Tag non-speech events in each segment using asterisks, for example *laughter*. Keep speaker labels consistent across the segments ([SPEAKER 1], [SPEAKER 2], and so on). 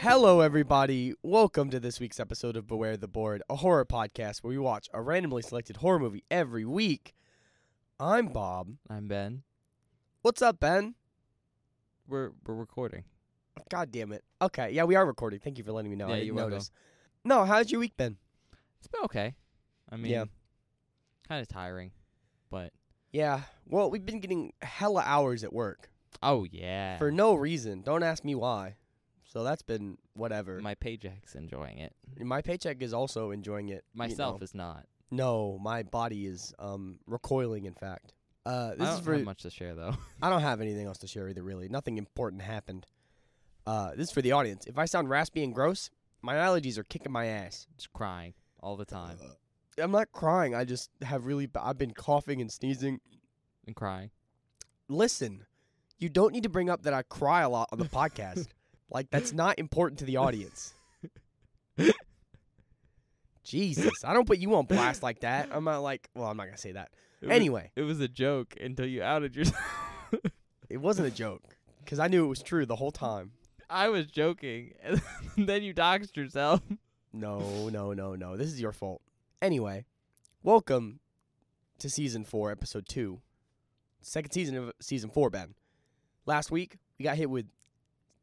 [SPEAKER 1] Hello, everybody. Welcome to this week's episode of Beware the Board, a horror podcast where we watch a randomly selected horror movie every week. I'm Bob.
[SPEAKER 2] I'm Ben.
[SPEAKER 1] What's up, Ben?
[SPEAKER 2] We're we're recording.
[SPEAKER 1] God damn it. Okay, yeah, we are recording. Thank you for letting me know.
[SPEAKER 2] Yeah,
[SPEAKER 1] I didn't
[SPEAKER 2] you're welcome.
[SPEAKER 1] notice. No, how's your week been?
[SPEAKER 2] It's been okay. I mean,
[SPEAKER 1] Yeah.
[SPEAKER 2] kind of tiring, but
[SPEAKER 1] Yeah. Well, we've been getting hella hours at work
[SPEAKER 2] oh yeah,
[SPEAKER 1] for no reason. Don't ask me why. So that's been whatever. My,
[SPEAKER 2] my paycheck's enjoying it.
[SPEAKER 1] paycheck is also enjoying it. you
[SPEAKER 2] Myself
[SPEAKER 1] know.
[SPEAKER 2] is not.
[SPEAKER 1] No, my body is um recoiling. In fact, uh, this
[SPEAKER 2] I don't
[SPEAKER 1] is for
[SPEAKER 2] have much to share though. *laughs*
[SPEAKER 1] I don't have anything else to share either. Really, nothing important happened. Uh, this is for the audience. If I sound raspy and gross, my allergies are kicking my ass.
[SPEAKER 2] Just crying all the time
[SPEAKER 1] I'm not crying. I just have really. b- I've been coughing and sneezing.
[SPEAKER 2] and crying.
[SPEAKER 1] Listen, you don't need to bring up that I cry a lot on the
[SPEAKER 2] *laughs*
[SPEAKER 1] podcast. Like that's not important to the audience. Jesus, I don't put you on blast like that. I'm not like. Well, I'm not gonna say that.
[SPEAKER 2] It was-
[SPEAKER 1] Anyway.
[SPEAKER 2] it was a joke until you outed yourself.
[SPEAKER 1] It wasn't a joke because I knew it was true the whole time.
[SPEAKER 2] *laughs* I was joking, *laughs* and then you doxed yourself.
[SPEAKER 1] No, no, no, no. This is your fault. Anyway, welcome to season four, episode two, second season of season four, Ben. Last week, we got hit with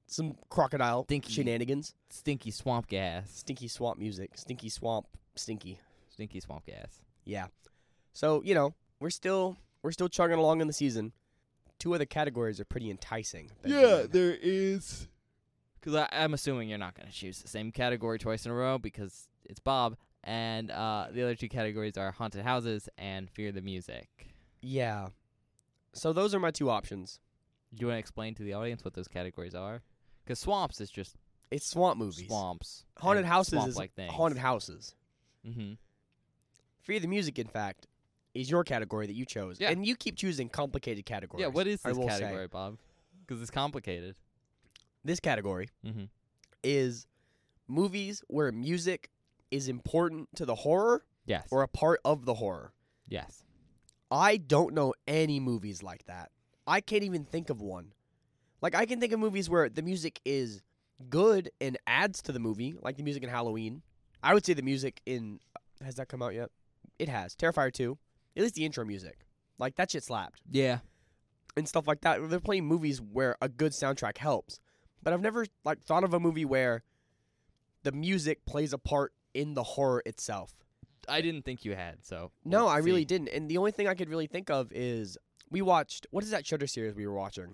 [SPEAKER 1] some crocodile
[SPEAKER 2] Stinky.
[SPEAKER 1] shenanigans,
[SPEAKER 2] Stinky swamp gas.
[SPEAKER 1] stinky swamp music, stinky swamp, stinky.
[SPEAKER 2] Stinky swamp gas.
[SPEAKER 1] Yeah. So, you know, we're still we're still chugging along in the season. Two other categories are pretty enticing. Ben Vermeulen.
[SPEAKER 2] there is. Because I'm assuming you're not going to choose the same category twice in a row because it's Bob, and uh, the other two categories are haunted houses and fear the music.
[SPEAKER 1] Yeah. So those are my two options.
[SPEAKER 2] Do you want to explain to the audience what those categories are? Because swamps is just
[SPEAKER 1] It's swamp movies.
[SPEAKER 2] swamps,
[SPEAKER 1] Haunted
[SPEAKER 2] and
[SPEAKER 1] houses is
[SPEAKER 2] swamp-like things.
[SPEAKER 1] haunted houses.
[SPEAKER 2] Mm-hmm.
[SPEAKER 1] Fear the music, in fact, is your category that you chose,
[SPEAKER 2] Yeah.
[SPEAKER 1] and you keep choosing complicated categories.
[SPEAKER 2] Yeah, what is
[SPEAKER 1] I
[SPEAKER 2] this
[SPEAKER 1] will say.
[SPEAKER 2] category, Bob? Because it's complicated.
[SPEAKER 1] This category
[SPEAKER 2] Mm-hmm.
[SPEAKER 1] is movies where music is important to the horror
[SPEAKER 2] Yes.
[SPEAKER 1] or a part of the horror.
[SPEAKER 2] yes.
[SPEAKER 1] I don't know any movies like that. I can't even think of one. Like I can think of movies where the music is good and adds to the movie, like the music in Halloween. I would say the music in has that come out yet? It has. Terrifier 2. At least the intro music. Like that shit slapped.
[SPEAKER 2] Yeah.
[SPEAKER 1] And stuff like that. They're playing movies where a good soundtrack helps. But I've never like thought of a movie where the music plays a part in the horror itself.
[SPEAKER 2] I didn't think you had, so.
[SPEAKER 1] No,
[SPEAKER 2] let's
[SPEAKER 1] I really
[SPEAKER 2] see.
[SPEAKER 1] didn't. And the only thing I could really think of is we watched what is that Shutter series we were watching?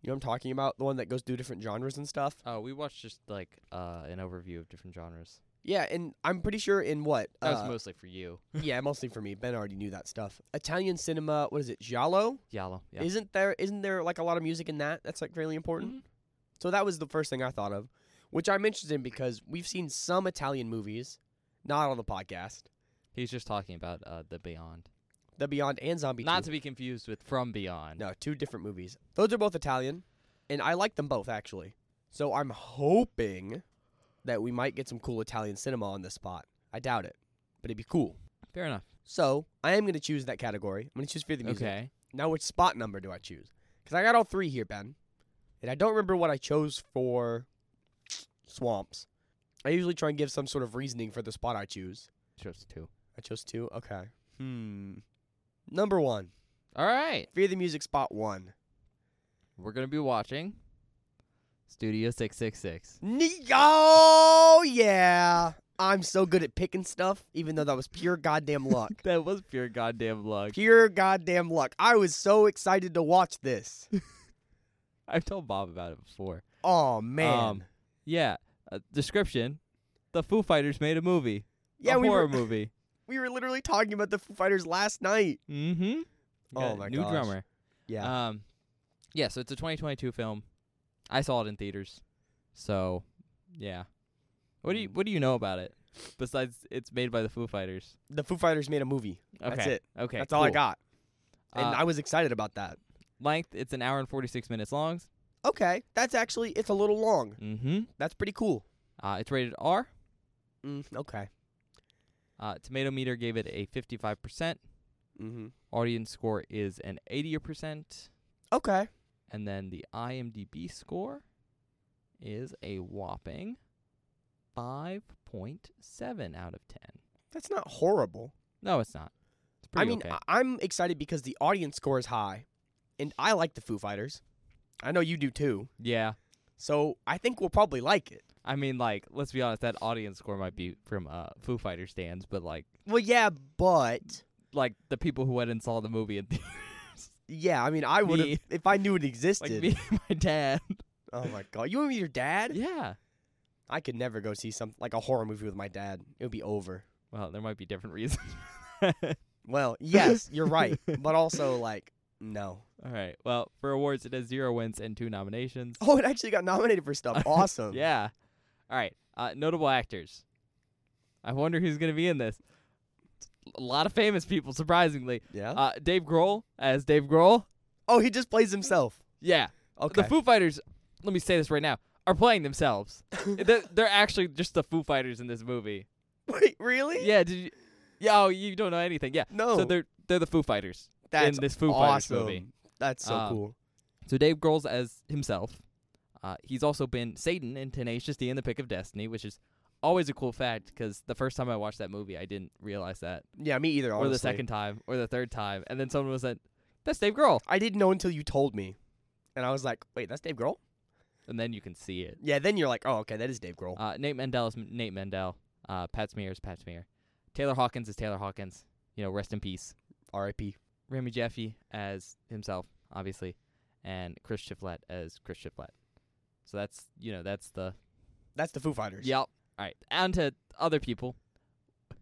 [SPEAKER 1] You know what I'm talking about? The one that goes through different genres and stuff.
[SPEAKER 2] Oh, we watched just like uh, an overview of different genres.
[SPEAKER 1] Yeah, and I'm pretty sure in what?
[SPEAKER 2] That was
[SPEAKER 1] uh,
[SPEAKER 2] mostly for you.
[SPEAKER 1] yeah, mostly for me. Ben already knew that stuff. Italian cinema. What is it? Giallo.
[SPEAKER 2] Yellow. Yeah.
[SPEAKER 1] Isn't there? Isn't there like a lot of music in that? That's like really important.
[SPEAKER 2] Mhm.
[SPEAKER 1] So that was the first thing I thought of, which I'm interested in because we've seen some Italian movies, not on the podcast.
[SPEAKER 2] He's just talking about uh, the Beyond,
[SPEAKER 1] The Beyond and Zombie. 2.
[SPEAKER 2] not to be confused with From Beyond.
[SPEAKER 1] No, two different movies. Those are both Italian, and I like them both actually. So I'm hoping that we might get some cool Italian cinema on this spot. I doubt it, but it'd be cool.
[SPEAKER 2] Fair enough.
[SPEAKER 1] So I am going to choose that category. I'm going to choose Fear the Music.
[SPEAKER 2] Okay.
[SPEAKER 1] Now, which spot number do I choose? Because I got all three here, Ben, and I don't remember what I chose for swamps. I usually try and give some sort of reasoning for the spot I choose.
[SPEAKER 2] Just two.
[SPEAKER 1] I chose two. Okay. Hmm. Number one,
[SPEAKER 2] All right.
[SPEAKER 1] Fear the Music spot one.
[SPEAKER 2] We're gonna be watching Studio Six Six Six.
[SPEAKER 1] Ne- oh yeah, I'm so good at picking stuff, even though that was pure goddamn luck.
[SPEAKER 2] *laughs* That was pure goddamn luck.
[SPEAKER 1] pure goddamn luck. I was so excited to watch this.
[SPEAKER 2] I've told Bob about it before.
[SPEAKER 1] Oh man,
[SPEAKER 2] Um, Yeah. Uh, description: The Foo Fighters made a movie.
[SPEAKER 1] yeah,
[SPEAKER 2] a
[SPEAKER 1] we
[SPEAKER 2] horror
[SPEAKER 1] were
[SPEAKER 2] movie. *laughs*
[SPEAKER 1] we were literally talking about the Foo Fighters last night.
[SPEAKER 2] Mm-hmm.
[SPEAKER 1] Oh
[SPEAKER 2] Got a
[SPEAKER 1] my
[SPEAKER 2] new
[SPEAKER 1] gosh.
[SPEAKER 2] drummer.
[SPEAKER 1] Yeah,
[SPEAKER 2] Um, yeah. So it's a 2022 film. I saw it in theaters. So, yeah. What do
[SPEAKER 1] Mm.
[SPEAKER 2] you What do you know about it? Besides, it's made by the Foo Fighters.
[SPEAKER 1] the Foo Fighters made a movie.
[SPEAKER 2] Okay.
[SPEAKER 1] That's it.
[SPEAKER 2] Okay.
[SPEAKER 1] That's all I
[SPEAKER 2] cool.
[SPEAKER 1] got, and
[SPEAKER 2] Uh,
[SPEAKER 1] I was excited about that.
[SPEAKER 2] length. It's an hour and 46 minutes long.
[SPEAKER 1] Okay, that's actually it's a little long.
[SPEAKER 2] Mm-hmm.
[SPEAKER 1] That's pretty cool.
[SPEAKER 2] Uh, it's rated R.
[SPEAKER 1] Mm, okay.
[SPEAKER 2] Uh, Tomato meter gave it a 55%.
[SPEAKER 1] Mm-hmm.
[SPEAKER 2] Audience score is an 80%.
[SPEAKER 1] Okay.
[SPEAKER 2] And then the IMDb score is a whopping 5.7 out of 10.
[SPEAKER 1] That's not horrible.
[SPEAKER 2] No, it's not. It's
[SPEAKER 1] I
[SPEAKER 2] pretty
[SPEAKER 1] mean,
[SPEAKER 2] okay.
[SPEAKER 1] I- I'm excited because the audience score is high, and I like the Foo Fighters. I know you do too.
[SPEAKER 2] yeah.
[SPEAKER 1] So I think we'll probably like it.
[SPEAKER 2] I mean, like, let's be honest, that audience score might be from uh, Foo Fighter stands, but like,
[SPEAKER 1] Well, yeah, but
[SPEAKER 2] like the people who went and saw the movie in theaters,
[SPEAKER 1] yeah, I mean, I would
[SPEAKER 2] Me.
[SPEAKER 1] have if I knew it existed.
[SPEAKER 2] like me and
[SPEAKER 1] *laughs*
[SPEAKER 2] my dad.
[SPEAKER 1] Oh my god, you and me, your dad?
[SPEAKER 2] yeah.
[SPEAKER 1] I could never go see some like a horror movie with my dad. It would be over.
[SPEAKER 2] Well, there might be different reasons. All *laughs*
[SPEAKER 1] *laughs* Well, yes, you're right, but also like no.
[SPEAKER 2] right. Well, for awards, it has zero wins and two nominations.
[SPEAKER 1] *laughs* Oh, it actually got nominated for
[SPEAKER 2] *laughs*
[SPEAKER 1] stuff. Awesome.
[SPEAKER 2] Yeah. All right. Uh, notable actors. I wonder who's going to be in this. A lot of famous people, surprisingly.
[SPEAKER 1] Yeah.
[SPEAKER 2] Uh, Dave Grohl as Dave Grohl.
[SPEAKER 1] oh, he just plays himself.
[SPEAKER 2] Yeah.
[SPEAKER 1] Okay.
[SPEAKER 2] The
[SPEAKER 1] *laughs*
[SPEAKER 2] Foo Fighters, let me say this right now, are playing themselves. they're, they're actually just the Foo Fighters in this movie.
[SPEAKER 1] Wait, really?
[SPEAKER 2] Yeah. Did you? Yeah. Oh, you don't know anything. Yeah.
[SPEAKER 1] No.
[SPEAKER 2] So they're they're the Foo
[SPEAKER 1] Oh.
[SPEAKER 2] Fighters
[SPEAKER 1] That's
[SPEAKER 2] in this Foo Fighters
[SPEAKER 1] awesome.
[SPEAKER 2] movie.
[SPEAKER 1] That's so
[SPEAKER 2] Um,
[SPEAKER 1] cool.
[SPEAKER 2] So Dave Grohl's as himself. Uh, he's also been Satan in Tenacious D and The Pick of Destiny, which is always a cool fact because the first time I watched that movie, I didn't realize that,
[SPEAKER 1] Yeah, me either. Honestly.
[SPEAKER 2] or the second time, or the third time, and then someone was like, "That's Dave Grohl,"
[SPEAKER 1] I didn't know until you told me, and I was like, "Wait, that's Dave Grohl."
[SPEAKER 2] and then you can see it.
[SPEAKER 1] Yeah. Then you're like, "Oh, okay, that is Dave Grohl."
[SPEAKER 2] Uh, Nate Mendel is M- Nate Mendel. Uh, Pat Smear is Pat Smear. Taylor Hawkins is Taylor Hawkins. You know, rest in peace.
[SPEAKER 1] R.I.P.
[SPEAKER 2] Remy Jaffe as himself, obviously, and Chris Chiflett as Chris Chiflett. So that's you know that's the
[SPEAKER 1] That's the Foo Fighters.
[SPEAKER 2] Yep. All right. On to other people. *laughs*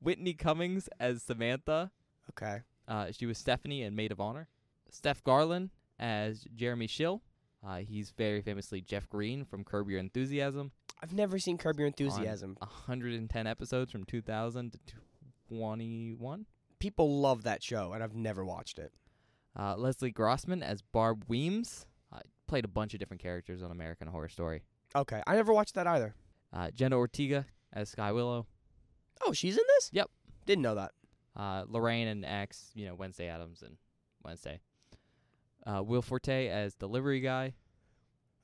[SPEAKER 2] Whitney Cummings as Samantha.
[SPEAKER 1] Okay.
[SPEAKER 2] Uh, she was Stephanie in Maid of Honor. Steph Garland as Jeremy Schill. Uh, he's very famously Jeff Green from Curb Your Enthusiasm.
[SPEAKER 1] I've never seen Curb Your Enthusiasm.
[SPEAKER 2] 110 episodes from 2000 to 21.
[SPEAKER 1] People love that show, and I've never watched it.
[SPEAKER 2] Uh, Leslie Grossman as Barb Weems. Uh, played a bunch of different characters on American Horror Story.
[SPEAKER 1] Okay, I never watched that either.
[SPEAKER 2] Uh, Jenna Ortega as Sky Willow.
[SPEAKER 1] Oh, she's in this?
[SPEAKER 2] Yep.
[SPEAKER 1] Didn't know that.
[SPEAKER 2] uh, Lorraine and X, you know, Wednesday Adams and Wednesday. Uh, Will Forte as delivery guy.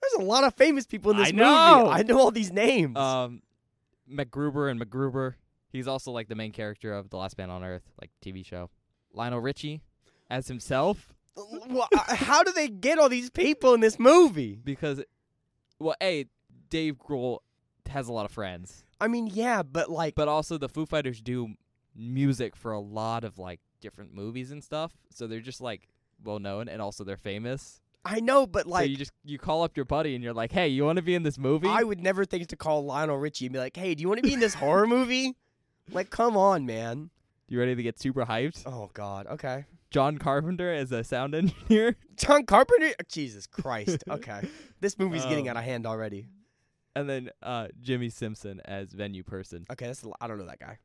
[SPEAKER 1] There's a lot of famous people in
[SPEAKER 2] I
[SPEAKER 1] this
[SPEAKER 2] know!
[SPEAKER 1] movie. I know all these names.
[SPEAKER 2] Um, MacGruber and MacGruber. He's also like the main character of The Last Man on Earth, like TV show. Lionel Richie as himself
[SPEAKER 1] Wha- How do they get all these people in this movie?
[SPEAKER 2] because, well, a Dave Grohl has a lot of friends,
[SPEAKER 1] I mean, yeah, but like,
[SPEAKER 2] but also the Foo Fighters do music for a lot of like different movies and stuff, so they're just like well known and also they're famous.
[SPEAKER 1] I know, but
[SPEAKER 2] so
[SPEAKER 1] like,
[SPEAKER 2] you just you call up your buddy and you're like, "Hey, you want to be in this movie?"
[SPEAKER 1] I would never think to call Lionel Richie and be like, "Hey, do you want to be in this horror movie?" Like, come on, man.
[SPEAKER 2] you ready to get super hyped?
[SPEAKER 1] Oh God. Okay.
[SPEAKER 2] John Carpenter as a sound *laughs* engineer,
[SPEAKER 1] John Carpenter. Jesus
[SPEAKER 2] *laughs*
[SPEAKER 1] Christ. Okay. This movie's getting
[SPEAKER 2] Um,
[SPEAKER 1] out of hand already.
[SPEAKER 2] and then uh, Jimmy Simpson as venue person.
[SPEAKER 1] Okay, that's a lo- I don't know that guy.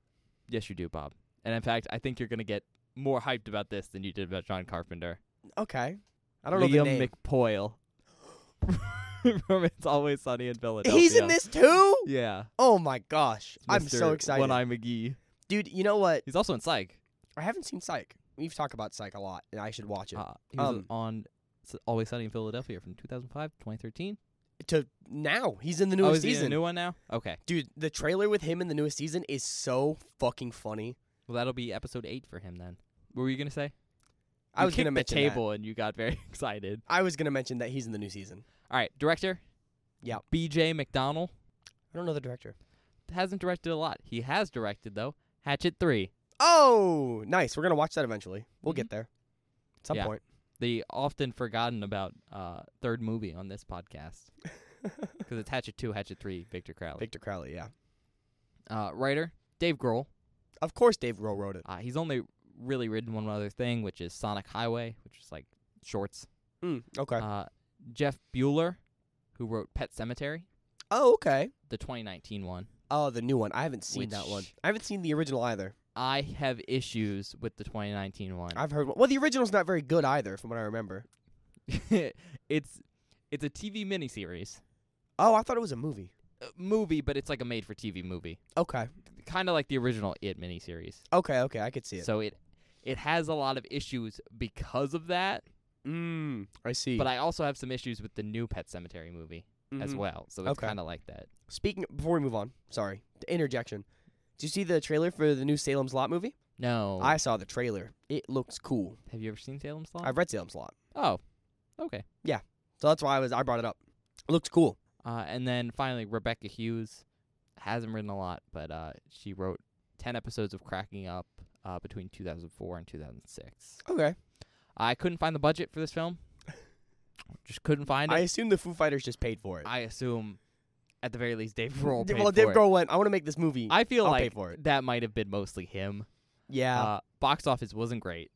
[SPEAKER 2] Yes, you do, Bob. And in fact, I think you're gonna get more hyped about this than you did about John Carpenter.
[SPEAKER 1] Okay. I don't know the
[SPEAKER 2] Liam
[SPEAKER 1] name.
[SPEAKER 2] McPoyle *laughs* from It's Always Sunny in Philadelphia.
[SPEAKER 1] He's in this too.
[SPEAKER 2] Yeah,
[SPEAKER 1] Oh my gosh.
[SPEAKER 2] it's
[SPEAKER 1] I'm so
[SPEAKER 2] Mr.
[SPEAKER 1] excited.
[SPEAKER 2] One Eye McGee.
[SPEAKER 1] Dude, you know what?
[SPEAKER 2] He's also in Psych.
[SPEAKER 1] I haven't seen Psych. We've talked about Psych a lot, and I should watch it.
[SPEAKER 2] Uh, he was
[SPEAKER 1] Um,
[SPEAKER 2] on S- Always Sunny in Philadelphia from 2005 to 2013.
[SPEAKER 1] to now, he's in the
[SPEAKER 2] oh,
[SPEAKER 1] newest
[SPEAKER 2] is he in
[SPEAKER 1] season.
[SPEAKER 2] a new one now? Okay.
[SPEAKER 1] Dude, the trailer with him in the newest season is so fucking funny.
[SPEAKER 2] Well, that'll be episode eight for him then. What were you gonna say?
[SPEAKER 1] I
[SPEAKER 2] You
[SPEAKER 1] was gonna
[SPEAKER 2] kicked
[SPEAKER 1] mention
[SPEAKER 2] the
[SPEAKER 1] that.
[SPEAKER 2] table, and you got very *laughs* excited.
[SPEAKER 1] I was gonna mention that he's in the new season.
[SPEAKER 2] All right, director.
[SPEAKER 1] Yep.
[SPEAKER 2] B.J. McDonnell
[SPEAKER 1] I don't know the director.
[SPEAKER 2] hasn't directed a lot. He has directed though Hatchet Three,
[SPEAKER 1] Oh, nice. We're gonna watch that eventually. We'll
[SPEAKER 2] Mhm.
[SPEAKER 1] get there. At some
[SPEAKER 2] Yeah.
[SPEAKER 1] point. *laughs*
[SPEAKER 2] the often forgotten about uh, third movie on this podcast because it's Hatchet Two, Hatchet Three, Victor Crowley.
[SPEAKER 1] Victor Crowley, yeah.
[SPEAKER 2] Uh, writer Dave Grohl.
[SPEAKER 1] Of course Dave Grohl wrote it.
[SPEAKER 2] Uh, he's only really written one other thing, which is Sonic Highway, which is like shorts.
[SPEAKER 1] Mm, okay.
[SPEAKER 2] Uh, Jeff Bueller, who wrote Pet Cemetery,
[SPEAKER 1] oh, okay.
[SPEAKER 2] the 2019 one.
[SPEAKER 1] Oh, the new one. I haven't seen that one.
[SPEAKER 2] Which-
[SPEAKER 1] I haven't seen the original either.
[SPEAKER 2] I have issues with the 2019 one.
[SPEAKER 1] I've heard. Well, the original's not very good either, from what I remember.
[SPEAKER 2] *laughs* it's it's a TV miniseries
[SPEAKER 1] Oh, I thought it was a movie.
[SPEAKER 2] uh, movie, but it's like a made-for-TV movie,
[SPEAKER 1] Okay.
[SPEAKER 2] kind of like the original It miniseries.
[SPEAKER 1] Okay. Okay. I could see it.
[SPEAKER 2] So it it has a lot of issues because of that,
[SPEAKER 1] Mm, I see.
[SPEAKER 2] but I also have some issues with the new Pet Cemetery movie. as
[SPEAKER 1] Mhm.
[SPEAKER 2] well. So it's
[SPEAKER 1] Okay.
[SPEAKER 2] kind of like that.
[SPEAKER 1] Speaking before we move on, sorry, interjection. Did you see the trailer for the new Salem's Lot movie?
[SPEAKER 2] No,
[SPEAKER 1] I saw the trailer. It looks cool.
[SPEAKER 2] have you ever seen Salem's Lot?
[SPEAKER 1] I've read Salem's Lot,
[SPEAKER 2] oh, okay.
[SPEAKER 1] so that's why I was I brought it up. It looks cool.
[SPEAKER 2] Uh, and then finally, Rebecca Hughes hasn't written a lot, but uh, she wrote 10 episodes of Cracking Up uh, between 2004 and 2006.
[SPEAKER 1] Okay.
[SPEAKER 2] I couldn't find the budget for this film.
[SPEAKER 1] *laughs*
[SPEAKER 2] Just couldn't find
[SPEAKER 1] I
[SPEAKER 2] it.
[SPEAKER 1] assume the Foo Fighters just paid for it.
[SPEAKER 2] I assume, at the very least, Dave Grohl
[SPEAKER 1] D-
[SPEAKER 2] paid
[SPEAKER 1] well,
[SPEAKER 2] for
[SPEAKER 1] Dave
[SPEAKER 2] it.
[SPEAKER 1] Grohl went. I want to make this movie.
[SPEAKER 2] I feel
[SPEAKER 1] I'll pay
[SPEAKER 2] like
[SPEAKER 1] for it.
[SPEAKER 2] that might have been mostly him.
[SPEAKER 1] yeah.
[SPEAKER 2] Uh, box office wasn't great.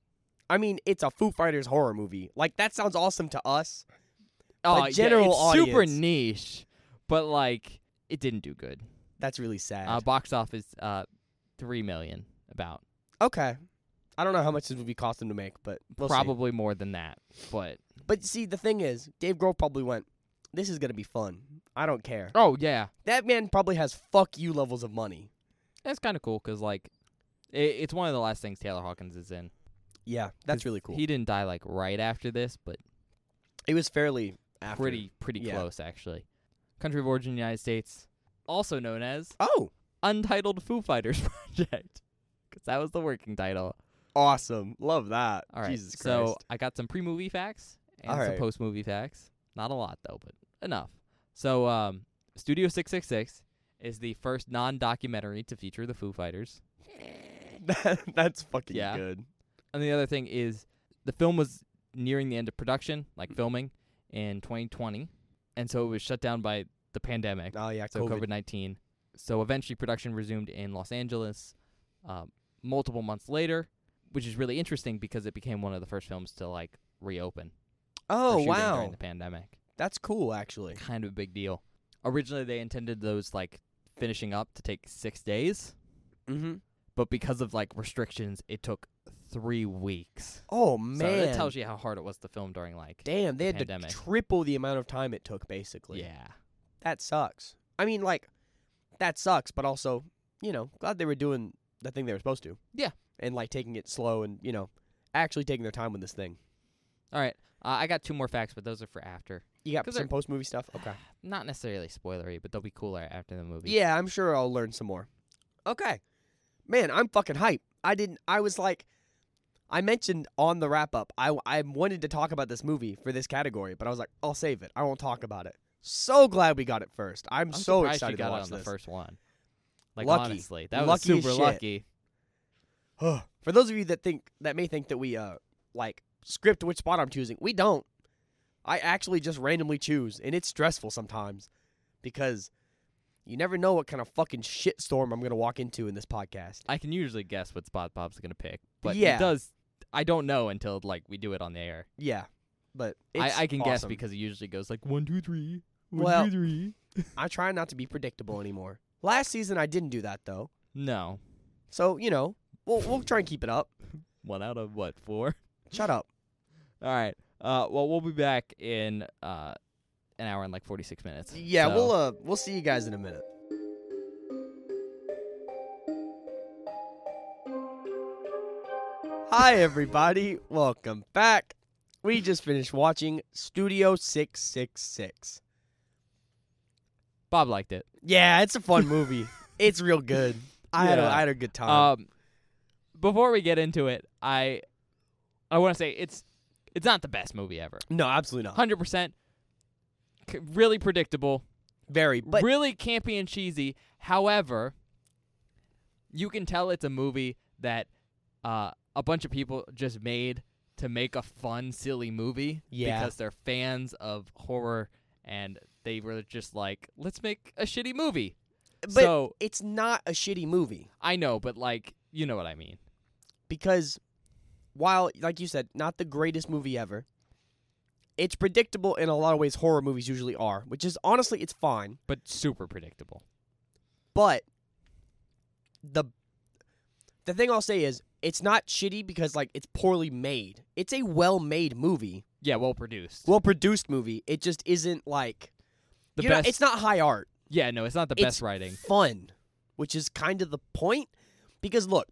[SPEAKER 1] I mean, it's a Foo Fighters horror movie. Like that sounds awesome to us.
[SPEAKER 2] Oh,
[SPEAKER 1] But general
[SPEAKER 2] it's super
[SPEAKER 1] audience-
[SPEAKER 2] niche, but like it didn't do good.
[SPEAKER 1] That's really sad.
[SPEAKER 2] Uh, box office, uh, three million about.
[SPEAKER 1] okay. I don't know how much this movie cost them to make, but we'll see.
[SPEAKER 2] probably more than that. But
[SPEAKER 1] But see, the thing is, Dave Grohl probably went. This is gonna be fun. I don't care.
[SPEAKER 2] oh yeah,
[SPEAKER 1] That man probably has fuck you levels of money.
[SPEAKER 2] that's kind of cool because like, it, it's one of the last things Taylor Hawkins is in.
[SPEAKER 1] Yeah,
[SPEAKER 2] 'Cause
[SPEAKER 1] that's really cool.
[SPEAKER 2] He didn't die like right after this, but
[SPEAKER 1] it was fairly after.
[SPEAKER 2] pretty pretty
[SPEAKER 1] Yeah.
[SPEAKER 2] close actually. Country of origin, United States, also known as
[SPEAKER 1] Oh,
[SPEAKER 2] Untitled Foo Fighters *laughs* Project, because that was the working title.
[SPEAKER 1] awesome! Love that.
[SPEAKER 2] All right,
[SPEAKER 1] Jesus Christ.
[SPEAKER 2] so I got some pre-movie facts and
[SPEAKER 1] All
[SPEAKER 2] some
[SPEAKER 1] right.
[SPEAKER 2] post-movie facts. Not a lot though, but enough. So, um, Studio 666 is the first non-documentary to feature the Foo Fighters.
[SPEAKER 1] *laughs* That- that's fucking
[SPEAKER 2] Yeah.
[SPEAKER 1] good.
[SPEAKER 2] And the other thing is the film was nearing the end of production,
[SPEAKER 1] Mm.
[SPEAKER 2] like filming, in 2020. And so it was shut down by the pandemic,
[SPEAKER 1] Oh yeah,
[SPEAKER 2] so COVID 19. So eventually production resumed in Los Angeles um, multiple months later, which is really interesting because it became one of the first films to like reopen. for
[SPEAKER 1] Oh
[SPEAKER 2] shooting
[SPEAKER 1] wow,
[SPEAKER 2] During the pandemic.
[SPEAKER 1] that's cool actually.
[SPEAKER 2] Kind of a big deal. Originally, they intended those like finishing up to take six days,
[SPEAKER 1] Mm-hmm.
[SPEAKER 2] but because of like restrictions, it took three weeks.
[SPEAKER 1] Oh
[SPEAKER 2] So
[SPEAKER 1] man,
[SPEAKER 2] that tells you how hard it was to film during like
[SPEAKER 1] Damn, they
[SPEAKER 2] the
[SPEAKER 1] had
[SPEAKER 2] pandemic.
[SPEAKER 1] to triple the amount of time it took basically.
[SPEAKER 2] yeah.
[SPEAKER 1] that sucks. I mean, like, that sucks, but also, you know, glad they were doing the thing they were supposed to.
[SPEAKER 2] Yeah.
[SPEAKER 1] And, like, taking it slow and, you know, actually taking their time with this thing.
[SPEAKER 2] All right, uh, I got two more facts, but those are for after.
[SPEAKER 1] You got
[SPEAKER 2] 'Cause
[SPEAKER 1] some
[SPEAKER 2] they're-
[SPEAKER 1] post movie
[SPEAKER 2] *sighs*
[SPEAKER 1] stuff? Okay.
[SPEAKER 2] Not necessarily spoilery, but they'll be cooler after the movie.
[SPEAKER 1] Yeah, I'm sure I'll learn some more. Okay. Man, I'm fucking hype. I didn't, I was like, I mentioned on the wrap up, I, I wanted to talk about this movie for this category, but I was like, I'll save it. I won't talk about it. So glad we got it first. I'm,
[SPEAKER 2] I'm
[SPEAKER 1] so
[SPEAKER 2] surprised
[SPEAKER 1] excited
[SPEAKER 2] you got
[SPEAKER 1] to watch
[SPEAKER 2] it on the
[SPEAKER 1] this.
[SPEAKER 2] first one. Like
[SPEAKER 1] Lucky.
[SPEAKER 2] honestly, that
[SPEAKER 1] Lucky as
[SPEAKER 2] was super
[SPEAKER 1] shit.
[SPEAKER 2] lucky.
[SPEAKER 1] *sighs* For those of you that think that may think that we uh like script which spot I'm choosing, we don't. I actually just randomly choose, and it's stressful sometimes because you never know what kind of fucking shitstorm I'm gonna walk into in this podcast.
[SPEAKER 2] I can usually guess what spot Bob's gonna pick, but he
[SPEAKER 1] Yeah.
[SPEAKER 2] does. I don't know until like we do it on the air.
[SPEAKER 1] Yeah, but it's
[SPEAKER 2] I, I can guess
[SPEAKER 1] awesome.
[SPEAKER 2] because he usually goes like one, two, three, one, two,
[SPEAKER 1] Well-
[SPEAKER 2] three.
[SPEAKER 1] I try not to be predictable anymore. Last season I didn't do that though,
[SPEAKER 2] No,
[SPEAKER 1] so you know we'll we'll try and keep it up.
[SPEAKER 2] one out of what four? *laughs*
[SPEAKER 1] Shut up.
[SPEAKER 2] All right. Uh, well, we'll be back in uh an hour and like forty six minutes.
[SPEAKER 1] Yeah,
[SPEAKER 2] So-
[SPEAKER 1] we'll uh we'll see you guys in a minute. Hi everybody, welcome back. We just finished watching Studio 666.
[SPEAKER 2] Bob liked it.
[SPEAKER 1] Yeah, it's a fun
[SPEAKER 2] *laughs*
[SPEAKER 1] movie. it's real good. I had a,
[SPEAKER 2] Yeah.
[SPEAKER 1] I had a good time.
[SPEAKER 2] Um, before we get into it, I I want to say it's it's not the best movie ever.
[SPEAKER 1] no, absolutely not.
[SPEAKER 2] Hundred percent, really predictable,
[SPEAKER 1] Very, but
[SPEAKER 2] really campy and cheesy. However, you can tell it's a movie that uh, a bunch of people just made to make a fun, silly movie
[SPEAKER 1] Yeah.
[SPEAKER 2] because they're fans of horror and they were just like, let's make a shitty movie.
[SPEAKER 1] but
[SPEAKER 2] so
[SPEAKER 1] it's not a shitty movie
[SPEAKER 2] I know, but like, you know what I mean.
[SPEAKER 1] because while like you said, not the greatest movie ever, it's predictable in a lot of ways horror movies usually are, which is honestly it's fine.
[SPEAKER 2] But super predictable.
[SPEAKER 1] but the the thing I'll say is it's not shitty because like it's poorly made. It's a well-made movie,
[SPEAKER 2] Yeah, well produced.
[SPEAKER 1] well-produced movie. It just isn't like
[SPEAKER 2] the
[SPEAKER 1] you know,
[SPEAKER 2] best.
[SPEAKER 1] it's not high art.
[SPEAKER 2] yeah, no, it's not the
[SPEAKER 1] it's
[SPEAKER 2] best writing.
[SPEAKER 1] Fun, which is kind of the point because look,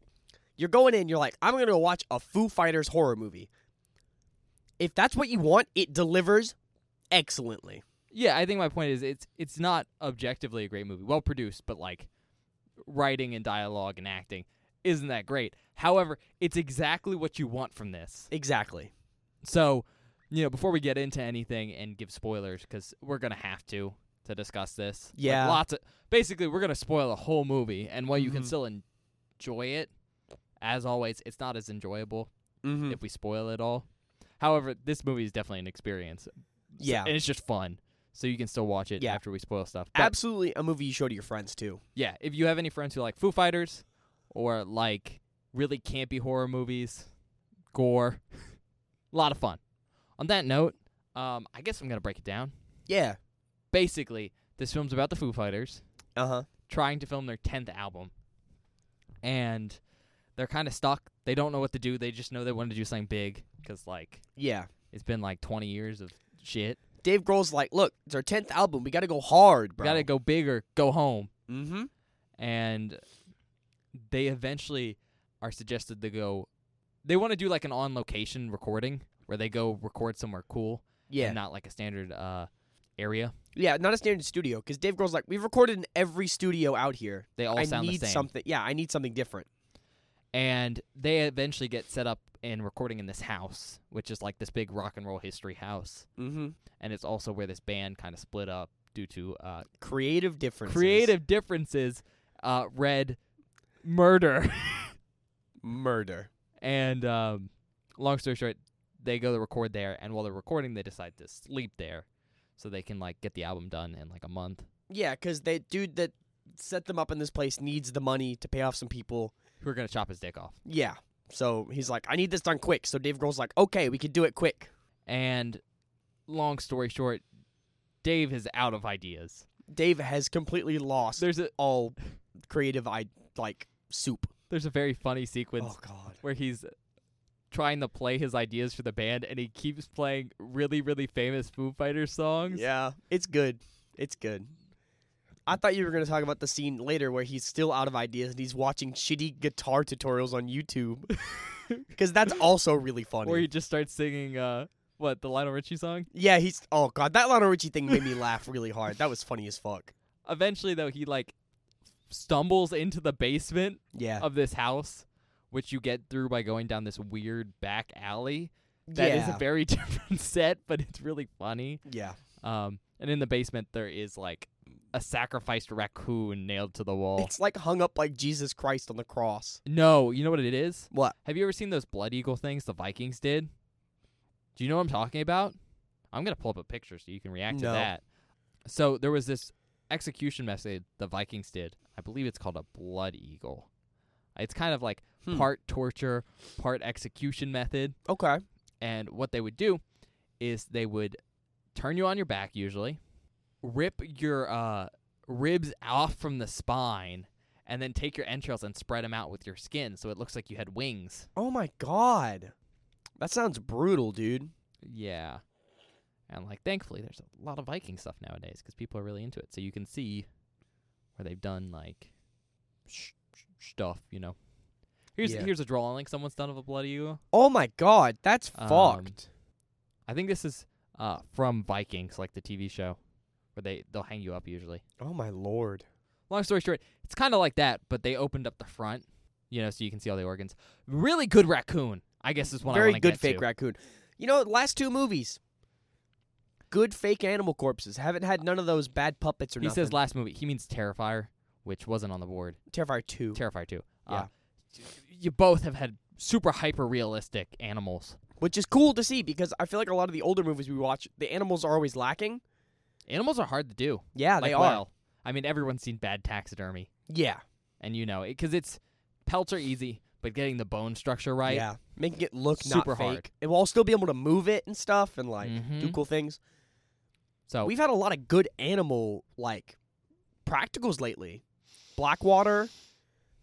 [SPEAKER 1] you're going in, you're like, I'm going to watch a Foo Fighters horror movie. If that's what you want, it delivers excellently.
[SPEAKER 2] Yeah, I think my point is it's it's not objectively a great movie. Well produced, but like writing and dialogue and acting isn't that great. However, it's exactly what you want from this.
[SPEAKER 1] Exactly.
[SPEAKER 2] So, you know, before we get into anything and give spoilers cuz we're going to have to to discuss this. Like,
[SPEAKER 1] Yeah.
[SPEAKER 2] lots of basically we're going to spoil the whole movie and while you can
[SPEAKER 1] Mhm.
[SPEAKER 2] still enjoy it, as always, it's not as enjoyable
[SPEAKER 1] Mm-hmm.
[SPEAKER 2] if we spoil it all. However, this movie is definitely an experience. So-
[SPEAKER 1] Yeah.
[SPEAKER 2] and it's just fun. So you can still watch it
[SPEAKER 1] Yeah.
[SPEAKER 2] after we spoil stuff. But
[SPEAKER 1] Absolutely a movie you show to your friends too.
[SPEAKER 2] yeah, if you have any friends who like Foo Fighters or like really campy horror movies, gore, *laughs* a lot of fun. On that note, um, I guess I'm gonna break it down.
[SPEAKER 1] Yeah.
[SPEAKER 2] Basically, this film's about the Foo Fighters
[SPEAKER 1] Uh huh.
[SPEAKER 2] trying to film their tenth album, and they're kind of stuck. They don't know what to do. They just know they want to do something big because like
[SPEAKER 1] Yeah.
[SPEAKER 2] it's been like 20 years of shit.
[SPEAKER 1] Dave Grohl's like, look, it's our tenth album. We got to go hard, bro.
[SPEAKER 2] Got to go big or go home.
[SPEAKER 1] Mm-hmm.
[SPEAKER 2] And they eventually are suggested to go. They want to do like an on location recording where they go record somewhere cool
[SPEAKER 1] Yeah.
[SPEAKER 2] and not like a standard uh, area.
[SPEAKER 1] yeah. Not a standard studio because Dave Grohl's like, we've recorded in every studio out here.
[SPEAKER 2] They all
[SPEAKER 1] I
[SPEAKER 2] sound
[SPEAKER 1] need
[SPEAKER 2] the same.
[SPEAKER 1] something. Yeah, I need something different.
[SPEAKER 2] And they eventually get set up and recording in this house, which is like this big rock and roll history house.
[SPEAKER 1] Mm-hmm.
[SPEAKER 2] And it's also where this band kind of split up due to uh,
[SPEAKER 1] Creative differences.
[SPEAKER 2] creative differences, uh, red murder.
[SPEAKER 1] murder.
[SPEAKER 2] And um, long story short, they go to record there, and while they're recording, they decide to sleep there, so they can like get the album done in like a month.
[SPEAKER 1] Yeah, because the dude that set them up in this place needs the money to pay off some people.
[SPEAKER 2] Who are gonna chop his dick off?
[SPEAKER 1] Yeah. So he's like, I need this done quick. So Dave Grohl's like, okay, we can do it quick.
[SPEAKER 2] And long story short, Dave is out of ideas.
[SPEAKER 1] Dave has completely lost
[SPEAKER 2] There's a
[SPEAKER 1] all creative I like soup.
[SPEAKER 2] there's a very funny sequence
[SPEAKER 1] Oh, God.
[SPEAKER 2] where he's trying to play his ideas for the band, and he keeps playing really really famous Foo Fighters songs.
[SPEAKER 1] Yeah, it's good. It's good. I thought you were going to talk about the scene later where he's still out of ideas and he's watching shitty guitar tutorials on YouTube. *laughs* Because that's also really funny.
[SPEAKER 2] Where he just starts singing uh what the Lionel Richie song.
[SPEAKER 1] yeah, he's. Oh, God. That Lionel Richie thing made me laugh really hard. That was funny as fuck.
[SPEAKER 2] Eventually though, he like stumbles into the basement
[SPEAKER 1] Yeah.
[SPEAKER 2] *laughs* of this house, which you get through by going down this weird back alley. That is a very *laughs* different set, but it's really funny.
[SPEAKER 1] yeah.
[SPEAKER 2] Um, and in the basement there is like a sacrificed raccoon nailed to the wall.
[SPEAKER 1] It's like hung up like Jesus Christ on the cross.
[SPEAKER 2] no, you know what it is?
[SPEAKER 1] What?
[SPEAKER 2] Have you ever seen those blood eagle things the Vikings did? Do you know what I'm talking about? I'm gonna pull up a picture so you can react
[SPEAKER 1] No.
[SPEAKER 2] to that. So there was this execution method the Vikings did. I believe it's called a blood eagle. It's kind of like
[SPEAKER 1] Hmm.
[SPEAKER 2] part torture, part execution method.
[SPEAKER 1] Okay.
[SPEAKER 2] And what they would do is they would turn you on your back usually, rip your uh, ribs off from the spine, and then take your entrails and spread them out with your skin so it looks like you had wings.
[SPEAKER 1] Oh my God. That sounds brutal, dude.
[SPEAKER 2] Yeah. And like thankfully there's a lot of Viking stuff nowadays because people are really into it. So you can see where they've done like sh- sh- stuff, you know. Here's
[SPEAKER 1] Yeah.
[SPEAKER 2] here's a drawing someone's done of a bloody eagle.
[SPEAKER 1] Oh my God. That's
[SPEAKER 2] Um,
[SPEAKER 1] fucked.
[SPEAKER 2] I think this is uh, from Vikings, like the TV show, where they they'll hang you up usually.
[SPEAKER 1] Oh my Lord.
[SPEAKER 2] Long story short, it's kind of like that, but they opened up the front, you know, so you can see all the organs. Really good raccoon, I guess is what I
[SPEAKER 1] Very
[SPEAKER 2] wanna
[SPEAKER 1] good
[SPEAKER 2] get
[SPEAKER 1] fake
[SPEAKER 2] to.
[SPEAKER 1] raccoon. You know, last two movies. Good fake animal corpses. Haven't had none of those bad puppets or
[SPEAKER 2] He
[SPEAKER 1] nothing.
[SPEAKER 2] says last movie. He means Terrifier, which wasn't on the board.
[SPEAKER 1] Terrifier 2.
[SPEAKER 2] Terrifier too.
[SPEAKER 1] Yeah.
[SPEAKER 2] Uh, y- you both have had super hyper realistic animals.
[SPEAKER 1] which is cool to see because I feel like a lot of the older movies we watch, the animals are always lacking.
[SPEAKER 2] Animals are hard to do.
[SPEAKER 1] Yeah,
[SPEAKER 2] like,
[SPEAKER 1] they are.
[SPEAKER 2] well, I mean, everyone's seen bad taxidermy,
[SPEAKER 1] Yeah.
[SPEAKER 2] and you know, because it's pelts are easy, but getting the bone structure right.
[SPEAKER 1] Yeah. Making it look
[SPEAKER 2] Super
[SPEAKER 1] not fake.
[SPEAKER 2] hard.
[SPEAKER 1] And we'll all still be able to move it and stuff and like do
[SPEAKER 2] Mhm.
[SPEAKER 1] cool things.
[SPEAKER 2] So
[SPEAKER 1] We've had a lot of good animal like practicals lately. Blackwater,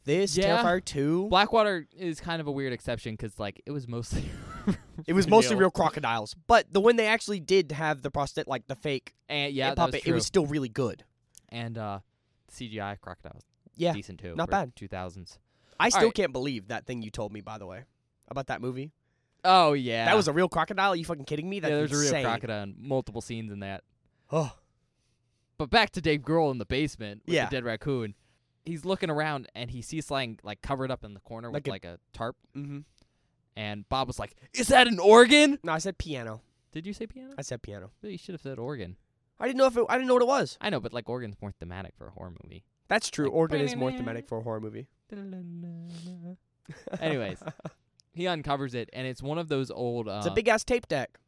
[SPEAKER 1] this
[SPEAKER 2] Yeah.
[SPEAKER 1] Terrifier two.
[SPEAKER 2] Blackwater is kind of a weird exception because like it was mostly *laughs*
[SPEAKER 1] it was mostly real crocodiles, but the when they actually did have the prosthetic, like the fake
[SPEAKER 2] and yeah,
[SPEAKER 1] hip
[SPEAKER 2] that was
[SPEAKER 1] puppet,
[SPEAKER 2] true.
[SPEAKER 1] it was still really good.
[SPEAKER 2] and uh, CGI crocodiles.
[SPEAKER 1] Yeah,
[SPEAKER 2] decent too.
[SPEAKER 1] not
[SPEAKER 2] for
[SPEAKER 1] bad.
[SPEAKER 2] 2000s.
[SPEAKER 1] I still
[SPEAKER 2] right.
[SPEAKER 1] can't believe that thing you told me, by the way, about that movie.
[SPEAKER 2] Oh yeah,
[SPEAKER 1] That was a real crocodile. Are you fucking kidding me? That's
[SPEAKER 2] yeah. There's a
[SPEAKER 1] insane.
[SPEAKER 2] real crocodile. and Multiple scenes in that.
[SPEAKER 1] Oh,
[SPEAKER 2] But back to Dave Grohl in the basement with
[SPEAKER 1] Yeah.
[SPEAKER 2] the dead raccoon. He's looking around and he sees something like covered up in the corner
[SPEAKER 1] Like
[SPEAKER 2] with
[SPEAKER 1] a-
[SPEAKER 2] like a tarp.
[SPEAKER 1] mm-hmm.
[SPEAKER 2] And Bob was like, "Is that an organ?"
[SPEAKER 1] No, I said piano.
[SPEAKER 2] Did you say piano?
[SPEAKER 1] I said piano.
[SPEAKER 2] You should have said organ.
[SPEAKER 1] I didn't know if it, I didn't know what it was.
[SPEAKER 2] I know, but like organ's more thematic for a horror movie.
[SPEAKER 1] That's true.
[SPEAKER 2] Like,
[SPEAKER 1] Organ is more thematic for a horror movie. *laughs*
[SPEAKER 2] Anyways, he uncovers it, and it's one of those old. Uh,
[SPEAKER 1] it's a big ass tape deck.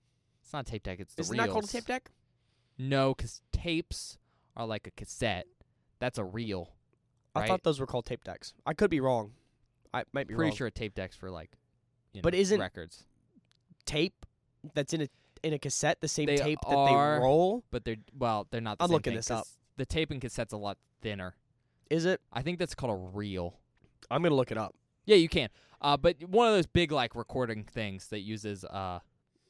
[SPEAKER 2] It's not tape deck. It's the
[SPEAKER 1] Is it not called a
[SPEAKER 2] reels.
[SPEAKER 1] tape deck?
[SPEAKER 2] No, 'cause tapes are like a cassette. That's a reel.
[SPEAKER 1] I
[SPEAKER 2] Right.
[SPEAKER 1] thought those were called tape decks. I could be wrong. I might be
[SPEAKER 2] Pretty
[SPEAKER 1] wrong.
[SPEAKER 2] sure a tape deck's for like, you
[SPEAKER 1] But
[SPEAKER 2] know,
[SPEAKER 1] isn't
[SPEAKER 2] records.
[SPEAKER 1] Tape that's in a in a cassette, the same
[SPEAKER 2] They
[SPEAKER 1] tape that
[SPEAKER 2] are-
[SPEAKER 1] they roll.
[SPEAKER 2] But they're well, they're not. The
[SPEAKER 1] I'm
[SPEAKER 2] same
[SPEAKER 1] looking
[SPEAKER 2] thing,
[SPEAKER 1] this up.
[SPEAKER 2] 'cause The tape and cassette's a lot thinner.
[SPEAKER 1] Is it?
[SPEAKER 2] I think that's called a reel.
[SPEAKER 1] I'm gonna look it up.
[SPEAKER 2] Yeah, you can. Uh, but one of those big like recording things that uses uh,